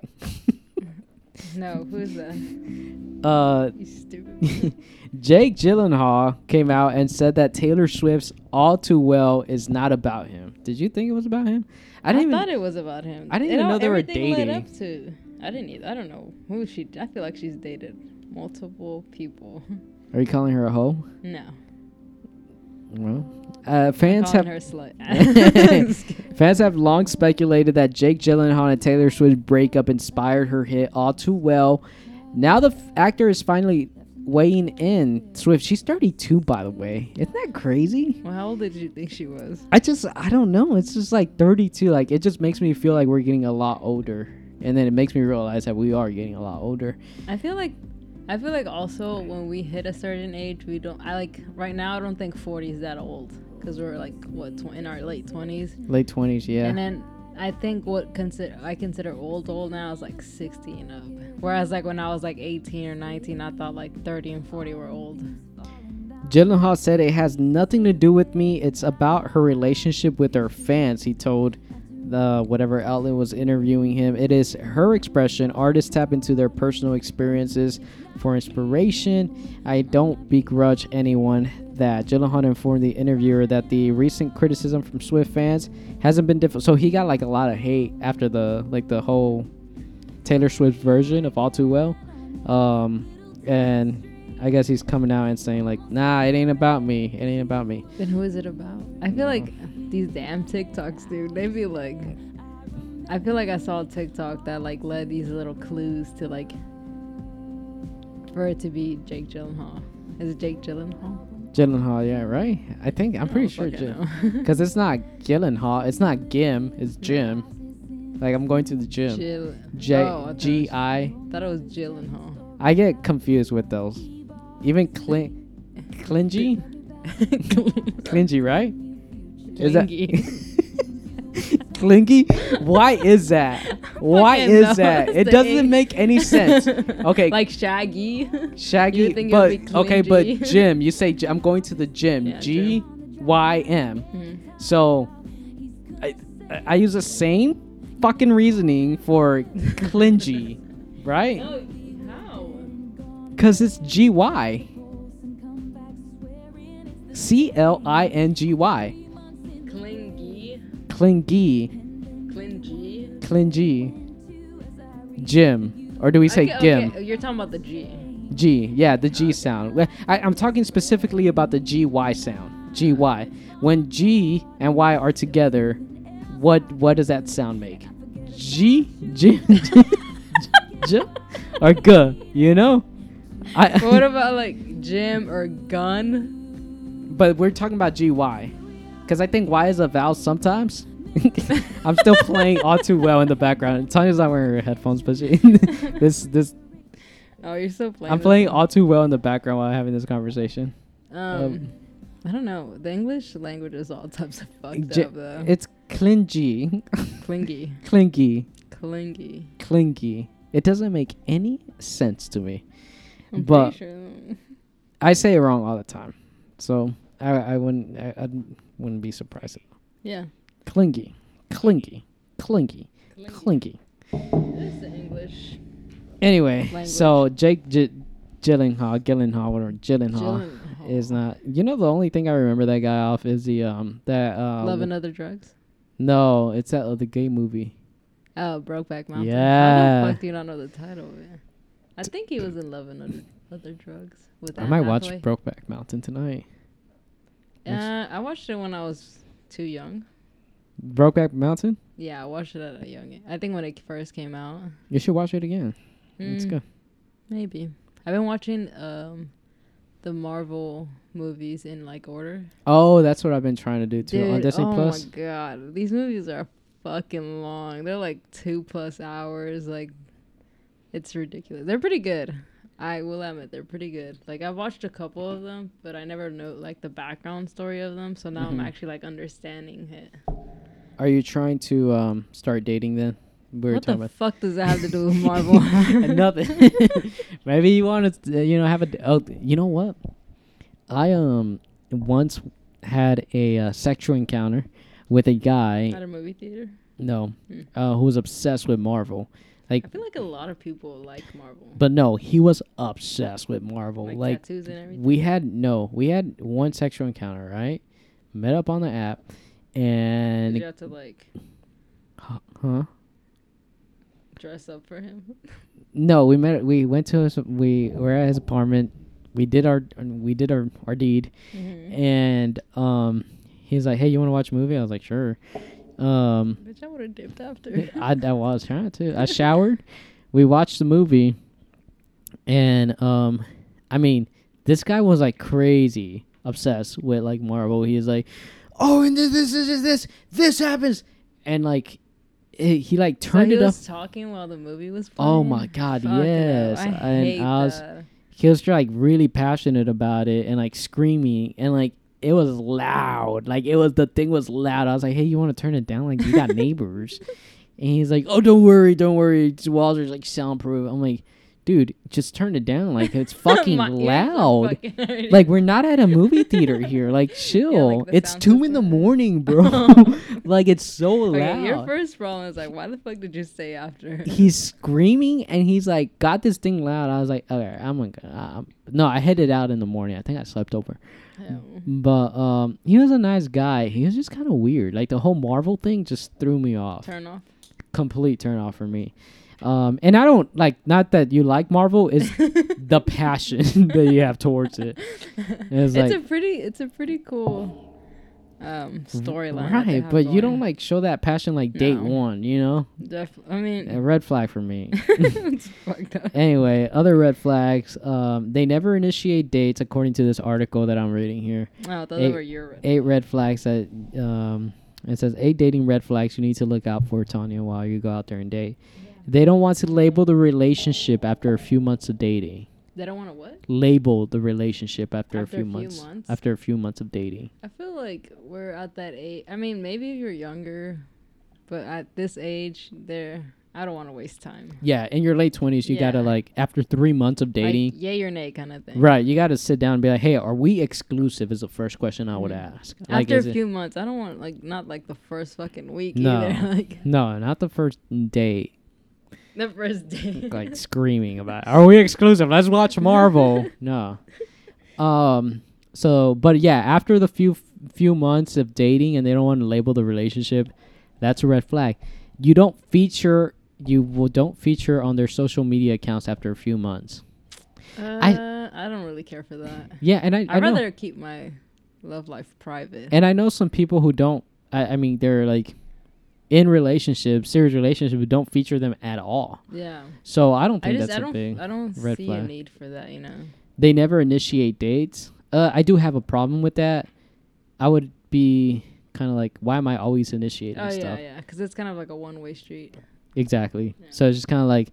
Speaker 2: No, who's that?
Speaker 1: Uh,
Speaker 2: You stupid.
Speaker 1: Jake Gyllenhaal came out and said that Taylor Swift's "All Too Well" is not about him. Did you think it was about him? I
Speaker 2: I,
Speaker 1: didn't.
Speaker 2: thought
Speaker 1: even,
Speaker 2: it was about him.
Speaker 1: I didn't
Speaker 2: It
Speaker 1: even
Speaker 2: all-
Speaker 1: know they were
Speaker 2: everything led
Speaker 1: dating.
Speaker 2: up to. I didn't. Either, I don't know who she. I feel like she's dated multiple people.
Speaker 1: Are you calling her a hoe?
Speaker 2: No,
Speaker 1: Well, uh, fans
Speaker 2: calling
Speaker 1: have
Speaker 2: her slut. Just kidding.
Speaker 1: fans have long speculated that Jake Gyllenhaal and Taylor Swift's breakup inspired her hit "All Too Well." Now the f- actor is finally weighing in. Swift, she's 32, by the way. Isn't that crazy?
Speaker 2: well, how old did you think she was?
Speaker 1: I just I don't know. It's just like 32. Like it just makes me feel like we're getting a lot older, and then it makes me realize that we are getting a lot older.
Speaker 2: I feel like. I feel like also when we hit a certain age, we don't. I like right now. I don't think forty is that old because we're like what tw- in our late twenties.
Speaker 1: Late 20s, yeah.
Speaker 2: And then I think what consider I consider old old now is like 60 and up. Whereas like when I was like 18 or 19, I thought like 30 and 40 were old.
Speaker 1: Gyllenhaal said it has nothing to do with me. It's about her relationship with her fans. He told the whatever outlet was interviewing him. It is her expression. Artists tap into their personal experiences for inspiration. I don't begrudge anyone that. Gyllenhaal informed the interviewer that the recent criticism from Swift fans hasn't been difficult. So he got like a lot of hate after the like the whole Taylor Swift version of All Too Well. Um, and I guess he's coming out and saying like, "Nah, it ain't about me. It ain't about me."
Speaker 2: Then who is it about? I feel like these damn TikToks, dude. They be like, I feel like I saw a TikTok that like led these little clues to like for it to be Jake Gyllenhaal. Is it Jake Gyllenhaal?
Speaker 1: Gyllenhaal, yeah, right. I think I'm pretty sure, because it's not Gyllenhaal. It's not Gim. It's Jim. Like I'm going to the gym.
Speaker 2: Jill. oh, I thought
Speaker 1: J G
Speaker 2: it was-
Speaker 1: I.
Speaker 2: Thought it was Gyllenhaal.
Speaker 1: I get confused with those. Even Clin, Clingy, Clingy, right? Is that
Speaker 2: Clingy.
Speaker 1: Clingy? Why is that? Why
Speaker 2: Fucking
Speaker 1: is
Speaker 2: knows
Speaker 1: that? It
Speaker 2: the
Speaker 1: doesn't
Speaker 2: ink.
Speaker 1: make any sense. Okay,
Speaker 2: like Shaggy.
Speaker 1: Shaggy,
Speaker 2: You think it
Speaker 1: but
Speaker 2: would be
Speaker 1: okay, but
Speaker 2: clingy.
Speaker 1: Jim, you say gy- I'm going to the gym.
Speaker 2: Yeah, Mm-hmm.
Speaker 1: G Y M. So I, I- I use the same fucking reasoning for clingy, right? Because it's G Y. C L I N G Y.
Speaker 2: Clingy.
Speaker 1: Klingi,
Speaker 2: G.
Speaker 1: Klingi, Jim, or do we say Gim?
Speaker 2: You're talking about the G.
Speaker 1: G, yeah, the G sound. Well, I, I'm talking specifically about the GY sound. GY. When G and Y are together, what what does that sound make? G, G, G, G or G? You know,
Speaker 2: But what
Speaker 1: I.
Speaker 2: about like Jim or Gun?
Speaker 1: But we're talking about GY, because I think Y is a vowel sometimes. I'm still playing all too well in the background. Tanya's not wearing her headphones, but she, this this
Speaker 2: Oh, you're so playing.
Speaker 1: I'm
Speaker 2: with-
Speaker 1: playing all too well in the background while having this conversation.
Speaker 2: Um, I don't know. The English language is all types of fucked
Speaker 1: J-
Speaker 2: up though.
Speaker 1: it's clingy,
Speaker 2: clingy,
Speaker 1: clingy,
Speaker 2: clingy.
Speaker 1: clingy. It doesn't make any sense to me.
Speaker 2: I'm
Speaker 1: But-
Speaker 2: pretty sure.
Speaker 1: I say it wrong all the time, so I, I wouldn't I, I wouldn't be surprised.
Speaker 2: Yeah.
Speaker 1: Clingy, clingy, clingy, clingy.
Speaker 2: It's the English.
Speaker 1: Anyway,
Speaker 2: Language.
Speaker 1: so Jake J- Gyllenhaal, Gyllenhaal, whatever Gyllenhaal
Speaker 2: Gyllenhaal.
Speaker 1: is not. You know, the only thing I remember that guy off is the um that um
Speaker 2: Love and Other Drugs.
Speaker 1: no, it's that other gay movie.
Speaker 2: Oh, Brokeback Mountain. How
Speaker 1: Yeah.
Speaker 2: the fuck do you not know the title? Man? I think he was in Love and Other, other Drugs. With
Speaker 1: I
Speaker 2: Anne
Speaker 1: might watch
Speaker 2: Hathaway.
Speaker 1: Brokeback Mountain tonight.
Speaker 2: Uh, I watched it when I was too young.
Speaker 1: Brokeback Mountain.
Speaker 2: Yeah, I watched it at a young age. I think when it first came out.
Speaker 1: You should watch it again. It's
Speaker 2: Mm,
Speaker 1: good.
Speaker 2: Maybe. I've been watching um the Marvel movies in like order.
Speaker 1: Oh, that's what I've been trying to do too on Disney
Speaker 2: oh
Speaker 1: Plus.
Speaker 2: my god. These movies are fucking long. They're like two plus hours. Like it's ridiculous. They're pretty good. I will admit they're pretty good. Like I've watched a couple of them, but I never know like the background story of them. So
Speaker 1: Mm-hmm.
Speaker 2: now I'm actually like understanding it.
Speaker 1: Are you trying to um, start dating then? We were
Speaker 2: what the
Speaker 1: talking
Speaker 2: fuck does that have to do with Marvel?
Speaker 1: about nothing. Maybe you want to, you know, have a. d- Oh, you know what? I um once had a uh, sexual encounter with a guy.
Speaker 2: At a movie theater.
Speaker 1: No,
Speaker 2: Hmm.
Speaker 1: uh, who was obsessed with Marvel. Like,
Speaker 2: I feel like a lot of people like Marvel.
Speaker 1: but no, he was obsessed with Marvel.
Speaker 2: Like,
Speaker 1: like
Speaker 2: tattoos and everything.
Speaker 1: we had no, we had one sexual encounter, right? Met up on the app, and
Speaker 2: Did you have to like
Speaker 1: huh?
Speaker 2: dress up for him.
Speaker 1: No, we met. We went to his. We were at his apartment. We did our. We did our our deed,
Speaker 2: Mm-hmm.
Speaker 1: and um, he's like, "Hey, you want to watch a movie?" I was like, "Sure." Um,
Speaker 2: Bitch, I would have dipped after.
Speaker 1: I, I was trying to. I showered. We watched the movie, and um, I mean, this guy was like crazy obsessed with like Marvel. He's like, oh, and this, this, this, this, this happens, and like, it, he like
Speaker 2: So
Speaker 1: turned
Speaker 2: he
Speaker 1: it up.
Speaker 2: was talking while the movie was playing.
Speaker 1: Oh my god,
Speaker 2: Fuck no,
Speaker 1: yes!
Speaker 2: I
Speaker 1: and
Speaker 2: hate
Speaker 1: I was,
Speaker 2: that.
Speaker 1: he was like really passionate about it and like screaming and like it was loud like it was the thing was loud i was like hey you want to turn it down like you got neighbors and he's like oh don't worry don't worry It's- walls are like soundproof i'm like dude just turn it down like it's fucking
Speaker 2: My ears are
Speaker 1: loud
Speaker 2: fucking hurting.
Speaker 1: like we're not at a movie theater here like chill
Speaker 2: the
Speaker 1: it's
Speaker 2: sound
Speaker 1: two in the
Speaker 2: system.
Speaker 1: morning bro like it's so loud
Speaker 2: Okay, your first problem is like, why the fuck did you stay after?
Speaker 1: he's screaming and he's like got this thing loud. I was like, okay, I'm gonna. Uh, I'm- no, I headed out in the morning. I think I slept over,
Speaker 2: Um,
Speaker 1: but um, he was a nice guy. He was just kind of weird. Like the whole Marvel thing just threw me off.
Speaker 2: Turn off.
Speaker 1: Complete turn off for me. Um, and I don't like not that you like Marvel is the passion that you have towards it. And it's,
Speaker 2: It's
Speaker 1: like
Speaker 2: a pretty. It's a pretty cool um, storyline. that they
Speaker 1: right,
Speaker 2: have
Speaker 1: but you don't
Speaker 2: going.
Speaker 1: like show that passion like date
Speaker 2: No.
Speaker 1: one. You know,
Speaker 2: Def- I mean,
Speaker 1: a red flag for me.
Speaker 2: it's fucked up.
Speaker 1: Anyway, other red flags. Um, they never initiate dates, according to this article that I'm reading here.
Speaker 2: Oh, those
Speaker 1: Eight-
Speaker 2: were your.
Speaker 1: Eight red flags that um, it says eight dating red flags you need to look out for, Tanya, while you go out there and date. They don't want to label the relationship after a few months of dating.
Speaker 2: They don't want to what?
Speaker 1: Label the relationship after,
Speaker 2: After
Speaker 1: a few, months,
Speaker 2: months?
Speaker 1: After a few months of dating.
Speaker 2: I feel like we're at that age. I mean, maybe if you're younger, but at this age, there. I don't want to waste time.
Speaker 1: Yeah, in your late twenties, you gotta
Speaker 2: Yeah.
Speaker 1: like after three months of dating.
Speaker 2: Like, yay or nay kind of thing.
Speaker 1: Right, you got to sit down and be like, "Hey, are we exclusive?" Is the first question I would ask. Like,
Speaker 2: Mm-hmm. After
Speaker 1: is
Speaker 2: a
Speaker 1: it-
Speaker 2: few months, I don't want like not like the first fucking week
Speaker 1: No.
Speaker 2: either. Like
Speaker 1: no, not the first date.
Speaker 2: the first day.
Speaker 1: like screaming about are we exclusive let's watch marvel no um so but yeah after the few few months of dating and they don't want to label the relationship That's a red flag. You don't feature. You will don't feature on their social media accounts after a few months.
Speaker 2: Uh,
Speaker 1: I-
Speaker 2: I, don't really care for that.
Speaker 1: Yeah, and I, I
Speaker 2: I'd
Speaker 1: know-
Speaker 2: rather keep my love life private.
Speaker 1: And I know some people who don't. I, I mean, they're like in relationships, serious relationships, but don't feature them at all.
Speaker 2: yeah.
Speaker 1: So I don't
Speaker 2: I
Speaker 1: think
Speaker 2: just
Speaker 1: that's
Speaker 2: I
Speaker 1: a
Speaker 2: don't
Speaker 1: thing.
Speaker 2: I don't
Speaker 1: red
Speaker 2: see a
Speaker 1: flag.
Speaker 2: need for that, you know.
Speaker 1: They never initiate dates. Uh, I do have a problem with that. I would be kind of like, why am I always initiating
Speaker 2: Oh yeah,
Speaker 1: stuff?
Speaker 2: yeah, because it's kind of like a one-way street.
Speaker 1: Exactly. So it's just kind of like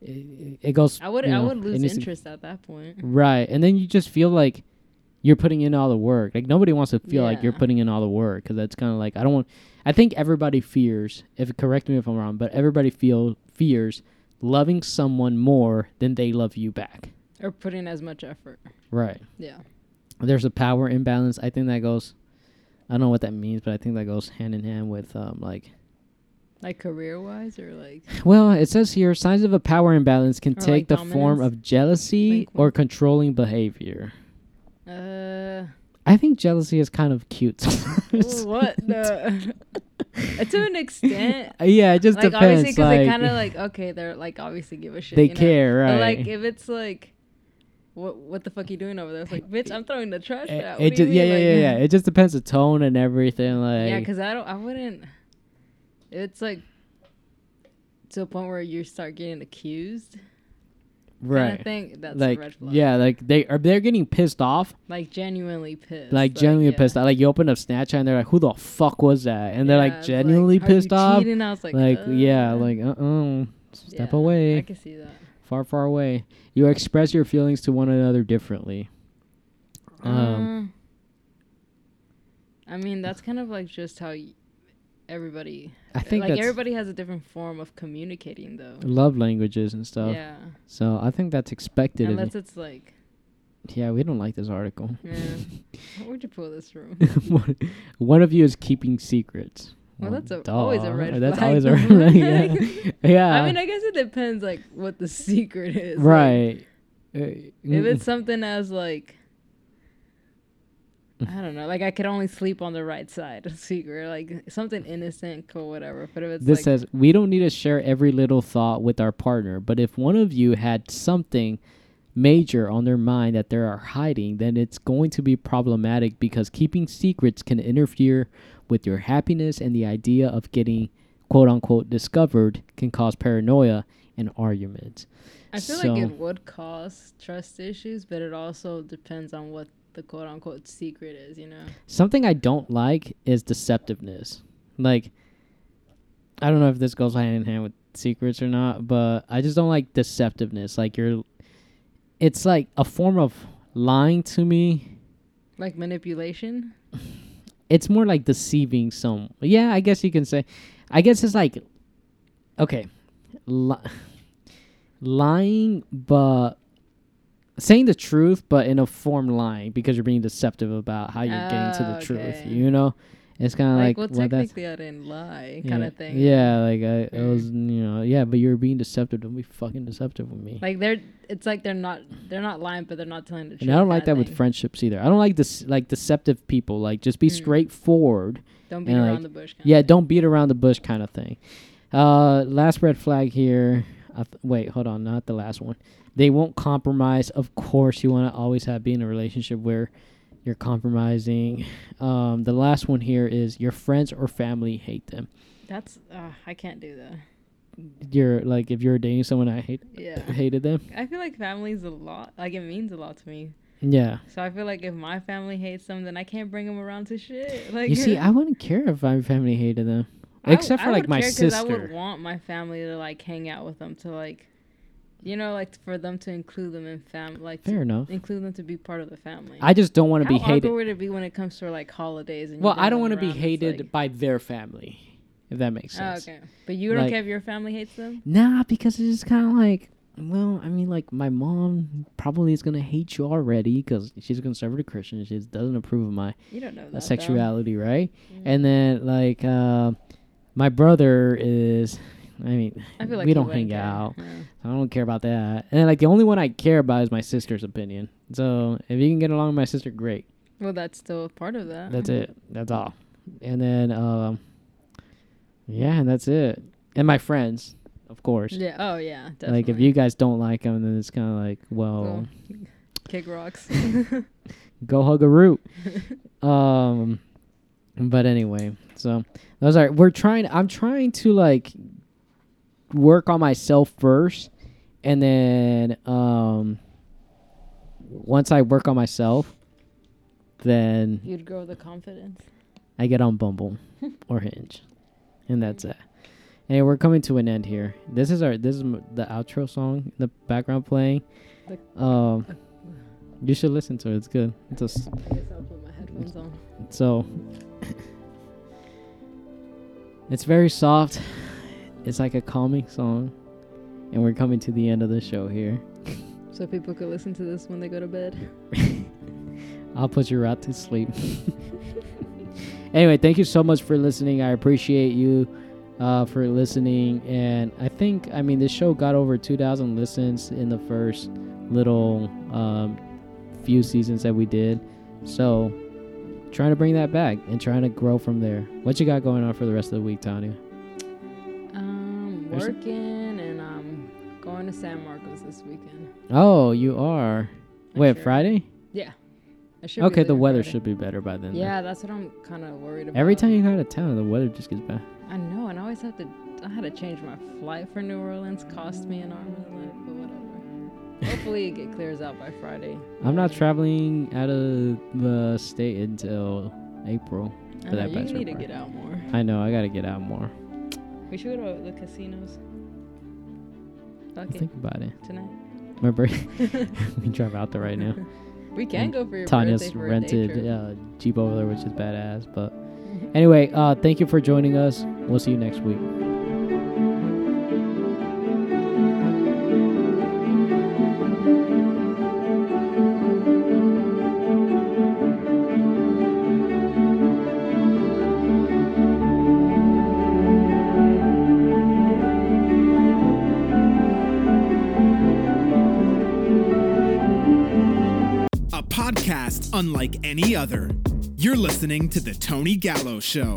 Speaker 1: it, it goes.
Speaker 2: I would
Speaker 1: you
Speaker 2: I
Speaker 1: know,
Speaker 2: would
Speaker 1: it
Speaker 2: lose
Speaker 1: needs to-
Speaker 2: interest at that point.
Speaker 1: Right, and then you just feel like you're putting in all the work. Like nobody wants to feel like you're
Speaker 2: Yeah.
Speaker 1: putting in all the work because that's kind of like I don't want. I think everybody fears. If correct me if I'm wrong, but everybody feel fears loving someone more than they love you back.
Speaker 2: Or put in as much effort.
Speaker 1: Right.
Speaker 2: Yeah.
Speaker 1: There's a power imbalance. I think that goes. I don't know what that means, but I think that goes hand in hand with um like
Speaker 2: Like career wise or like
Speaker 1: Well, it says here signs of a power imbalance can
Speaker 2: Or,
Speaker 1: take
Speaker 2: like,
Speaker 1: the form
Speaker 2: dominance?
Speaker 1: of jealousy
Speaker 2: Like what?
Speaker 1: or controlling behavior.
Speaker 2: uh
Speaker 1: I think jealousy is kind of cute. sometimes.
Speaker 2: what the to an extent.
Speaker 1: yeah, it just
Speaker 2: Like obviously
Speaker 1: depends.
Speaker 2: because
Speaker 1: Like,
Speaker 2: they kind of like okay they're like obviously give a shit.
Speaker 1: they
Speaker 2: you know?
Speaker 1: care,
Speaker 2: But,
Speaker 1: right?
Speaker 2: like if it's like what what the fuck you doing over there? It's like bitch, I'm throwing the trash
Speaker 1: it,
Speaker 2: out. What do
Speaker 1: Eh, it
Speaker 2: you
Speaker 1: just yeah, yeah,
Speaker 2: mean?
Speaker 1: yeah,
Speaker 2: Like- mm.
Speaker 1: yeah. It just depends the tone and everything. Like
Speaker 2: Yeah, because I don't. I wouldn't. It's like to a point where you start getting accused.
Speaker 1: right.
Speaker 2: I think that's
Speaker 1: like
Speaker 2: a red flag.
Speaker 1: yeah, like they are they're getting pissed off,
Speaker 2: Like genuinely pissed.
Speaker 1: like genuinely
Speaker 2: yeah.
Speaker 1: pissed off. Like you open up Snapchat and they're like, "Who the fuck was that?" And they're
Speaker 2: Yeah,
Speaker 1: like
Speaker 2: it's
Speaker 1: genuinely
Speaker 2: "Are you
Speaker 1: pissed off.
Speaker 2: cheating?" I was like,
Speaker 1: Like yeah,
Speaker 2: "Uh,
Speaker 1: like uh uh step
Speaker 2: yeah,
Speaker 1: away.
Speaker 2: I can see that.
Speaker 1: far, far away. You express your feelings to one another differently. Um,
Speaker 2: Um, Uh, I mean, that's kind of like just how y- everybody.
Speaker 1: I think
Speaker 2: like
Speaker 1: that's
Speaker 2: everybody has a different form of communicating, though.
Speaker 1: love languages and stuff.
Speaker 2: Yeah,
Speaker 1: So I think that's expected. of
Speaker 2: unless
Speaker 1: you.
Speaker 2: it's like,
Speaker 1: yeah, we don't like this article.
Speaker 2: yeah. where'd you pull this from?
Speaker 1: one, one of you is keeping secrets.
Speaker 2: Well, that's a-
Speaker 1: duh.
Speaker 2: always a red
Speaker 1: That's
Speaker 2: flag.
Speaker 1: always a red flag. Yeah. yeah.
Speaker 2: I mean, I guess it depends, like, what the secret is. like,
Speaker 1: right. Uh,
Speaker 2: if
Speaker 1: mm,
Speaker 2: it's something as, like, I don't know, like, I could only sleep on the right side, secret, like, something innocent, cool, whatever. But if it's,
Speaker 1: this
Speaker 2: like,
Speaker 1: says we don't need to share every little thought with our partner, but if one of you had something major on their mind that they are hiding, then it's going to be problematic because keeping secrets can interfere with your happiness and the idea of getting quote unquote discovered can cause paranoia and arguments.
Speaker 2: I feel
Speaker 1: so-
Speaker 2: like it would cause trust issues, but it also depends on what the quote unquote secret is, you know?
Speaker 1: Something I don't like is deceptiveness. Like, I don't know if this goes hand in hand with secrets or not, but I just don't like deceptiveness. Like, you're, it's like a form of lying to me.
Speaker 2: Like, manipulation.
Speaker 1: It's more like deceiving some. Yeah, I guess you can say. I guess it's like, okay, li- lying, but saying the truth, but in a form lying because you're being deceptive about how you're getting to the
Speaker 2: Ah,
Speaker 1: truth.
Speaker 2: okay.
Speaker 1: You know, it's kind of
Speaker 2: Like,
Speaker 1: like,
Speaker 2: well,
Speaker 1: well, that's
Speaker 2: technically, I didn't lie,
Speaker 1: yeah,
Speaker 2: kind of thing.
Speaker 1: Yeah, like I, I
Speaker 2: Mm.
Speaker 1: was, you know, yeah, but you're being deceptive. Don't be fucking deceptive with me.
Speaker 2: Like they're, it's like they're not, they're not lying, but they're not telling the truth.
Speaker 1: and I don't like
Speaker 2: kinda
Speaker 1: that with
Speaker 2: thing.
Speaker 1: friendships either. I don't like this, like deceptive people. Like just be
Speaker 2: Mm.
Speaker 1: straightforward.
Speaker 2: Don't beat
Speaker 1: and,
Speaker 2: around
Speaker 1: like,
Speaker 2: the bush. kinda
Speaker 1: Yeah,
Speaker 2: thing.
Speaker 1: don't beat around the bush, kind of thing. Uh, last red flag here. I th- wait, hold on, not the last one. They won't compromise. Of course, you want to always have be in a relationship where you're compromising. Um, the last one here is your friends or family hate them.
Speaker 2: That's uh, I can't do that.
Speaker 1: You're like if you're dating someone, I hate
Speaker 2: Yeah,
Speaker 1: hated them.
Speaker 2: I feel like family's a lot. Like it means a lot to me.
Speaker 1: Yeah.
Speaker 2: So I feel like if my family hates them, then I can't bring them around to shit. Like
Speaker 1: You see, I wouldn't care if my family hated them,
Speaker 2: I-
Speaker 1: except
Speaker 2: I
Speaker 1: for like
Speaker 2: would
Speaker 1: my
Speaker 2: care 'cause I would
Speaker 1: sister.
Speaker 2: want my family to like hang out with them to like, you know, like for them to include them in family, like to
Speaker 1: Fair enough.
Speaker 2: include them to be part of the family.
Speaker 1: I just don't want to
Speaker 2: How
Speaker 1: be
Speaker 2: awkward
Speaker 1: hated.
Speaker 2: would it be when it comes to like holidays? And you
Speaker 1: Well,
Speaker 2: bring
Speaker 1: I don't
Speaker 2: them
Speaker 1: want to be
Speaker 2: around? It's
Speaker 1: hated
Speaker 2: like-
Speaker 1: by their family, if that makes
Speaker 2: Oh,
Speaker 1: sense.
Speaker 2: okay, but you don't
Speaker 1: Like-
Speaker 2: care if your family hates them.
Speaker 1: Nah, because it's just kind of like, well, I mean, like my mom probably is gonna hate you already because she's a conservative Christian. She doesn't approve of my
Speaker 2: You don't know that.
Speaker 1: uh,
Speaker 2: though.
Speaker 1: sexuality, right?
Speaker 2: Mm-hmm.
Speaker 1: And then like uh, my brother is, I mean,
Speaker 2: I feel like
Speaker 1: we
Speaker 2: you
Speaker 1: don't
Speaker 2: wouldn't
Speaker 1: hang
Speaker 2: care.
Speaker 1: out.
Speaker 2: Yeah.
Speaker 1: I don't care about that. And like the only one I care about is my sister's opinion. So if you can get along with my sister, great.
Speaker 2: Uh-huh. Well, that's still a part of that.
Speaker 1: That's it. That's all. And then um Yeah, and that's it. And my friends, of course.
Speaker 2: Yeah. Oh yeah. Definitely.
Speaker 1: Like if you guys don't like them, then it's kind of like, well,
Speaker 2: Well, kick rocks.
Speaker 1: go hug a root. um, but anyway, so those are we're trying. I'm trying to like work on myself first, and then um, once I work on myself, then
Speaker 2: You'd grow the confidence.
Speaker 1: I get on Bumble or Hinge, and that's it. And we're coming to an end here. This is our this is m- the outro song in the background playing. Um, you should listen to it. It's good. It's a s-
Speaker 2: I guess I'll put my headphones on.
Speaker 1: so it's very soft. It's like a calming song, and we're coming to the end of the show here.
Speaker 2: So people could listen to this when they go to bed.
Speaker 1: I'll put your rat to sleep. anyway, thank you so much for listening. I appreciate you uh, for listening. And I think, I mean, this show got over 2,000 listens in the first little um, few seasons that we did. So trying to bring that back and trying to grow from there. What you got going on for the rest of the week, Tanya?
Speaker 2: Um,
Speaker 1: There's-
Speaker 2: working and um, going to San Marcos this weekend.
Speaker 1: Oh, you are.
Speaker 2: I
Speaker 1: Wait,
Speaker 2: should-
Speaker 1: Friday?
Speaker 2: Yeah. I should be
Speaker 1: Okay, the
Speaker 2: leaving
Speaker 1: weather
Speaker 2: Friday.
Speaker 1: should be better by then. then.
Speaker 2: Yeah, that's what I'm kind of worried about.
Speaker 1: Every time you go out of town, the weather just gets bad.
Speaker 2: I know, and I always have to. I had to change my flight for New Orleans. Cost me an arm and a leg, but whatever. Hopefully, it get clears out by Friday.
Speaker 1: I'm not traveling out of the state until April.
Speaker 2: I
Speaker 1: for
Speaker 2: know,
Speaker 1: that
Speaker 2: you
Speaker 1: bachelor
Speaker 2: need to
Speaker 1: party.
Speaker 2: get out more.
Speaker 1: I know I gotta get out more.
Speaker 2: We should go to the casinos. Fuck
Speaker 1: Let's
Speaker 2: it,
Speaker 1: Think about it.
Speaker 2: tonight.
Speaker 1: My birth- we drive out there right now.
Speaker 2: We can go for your
Speaker 1: Tanya's
Speaker 2: birthday for a day
Speaker 1: rented
Speaker 2: trip.
Speaker 1: uh, Jeep over there, which is badass. But anyway, uh, thank you for joining us. We'll see you next week.
Speaker 3: a podcast unlike any other. You're listening to The Tony Gallo Show.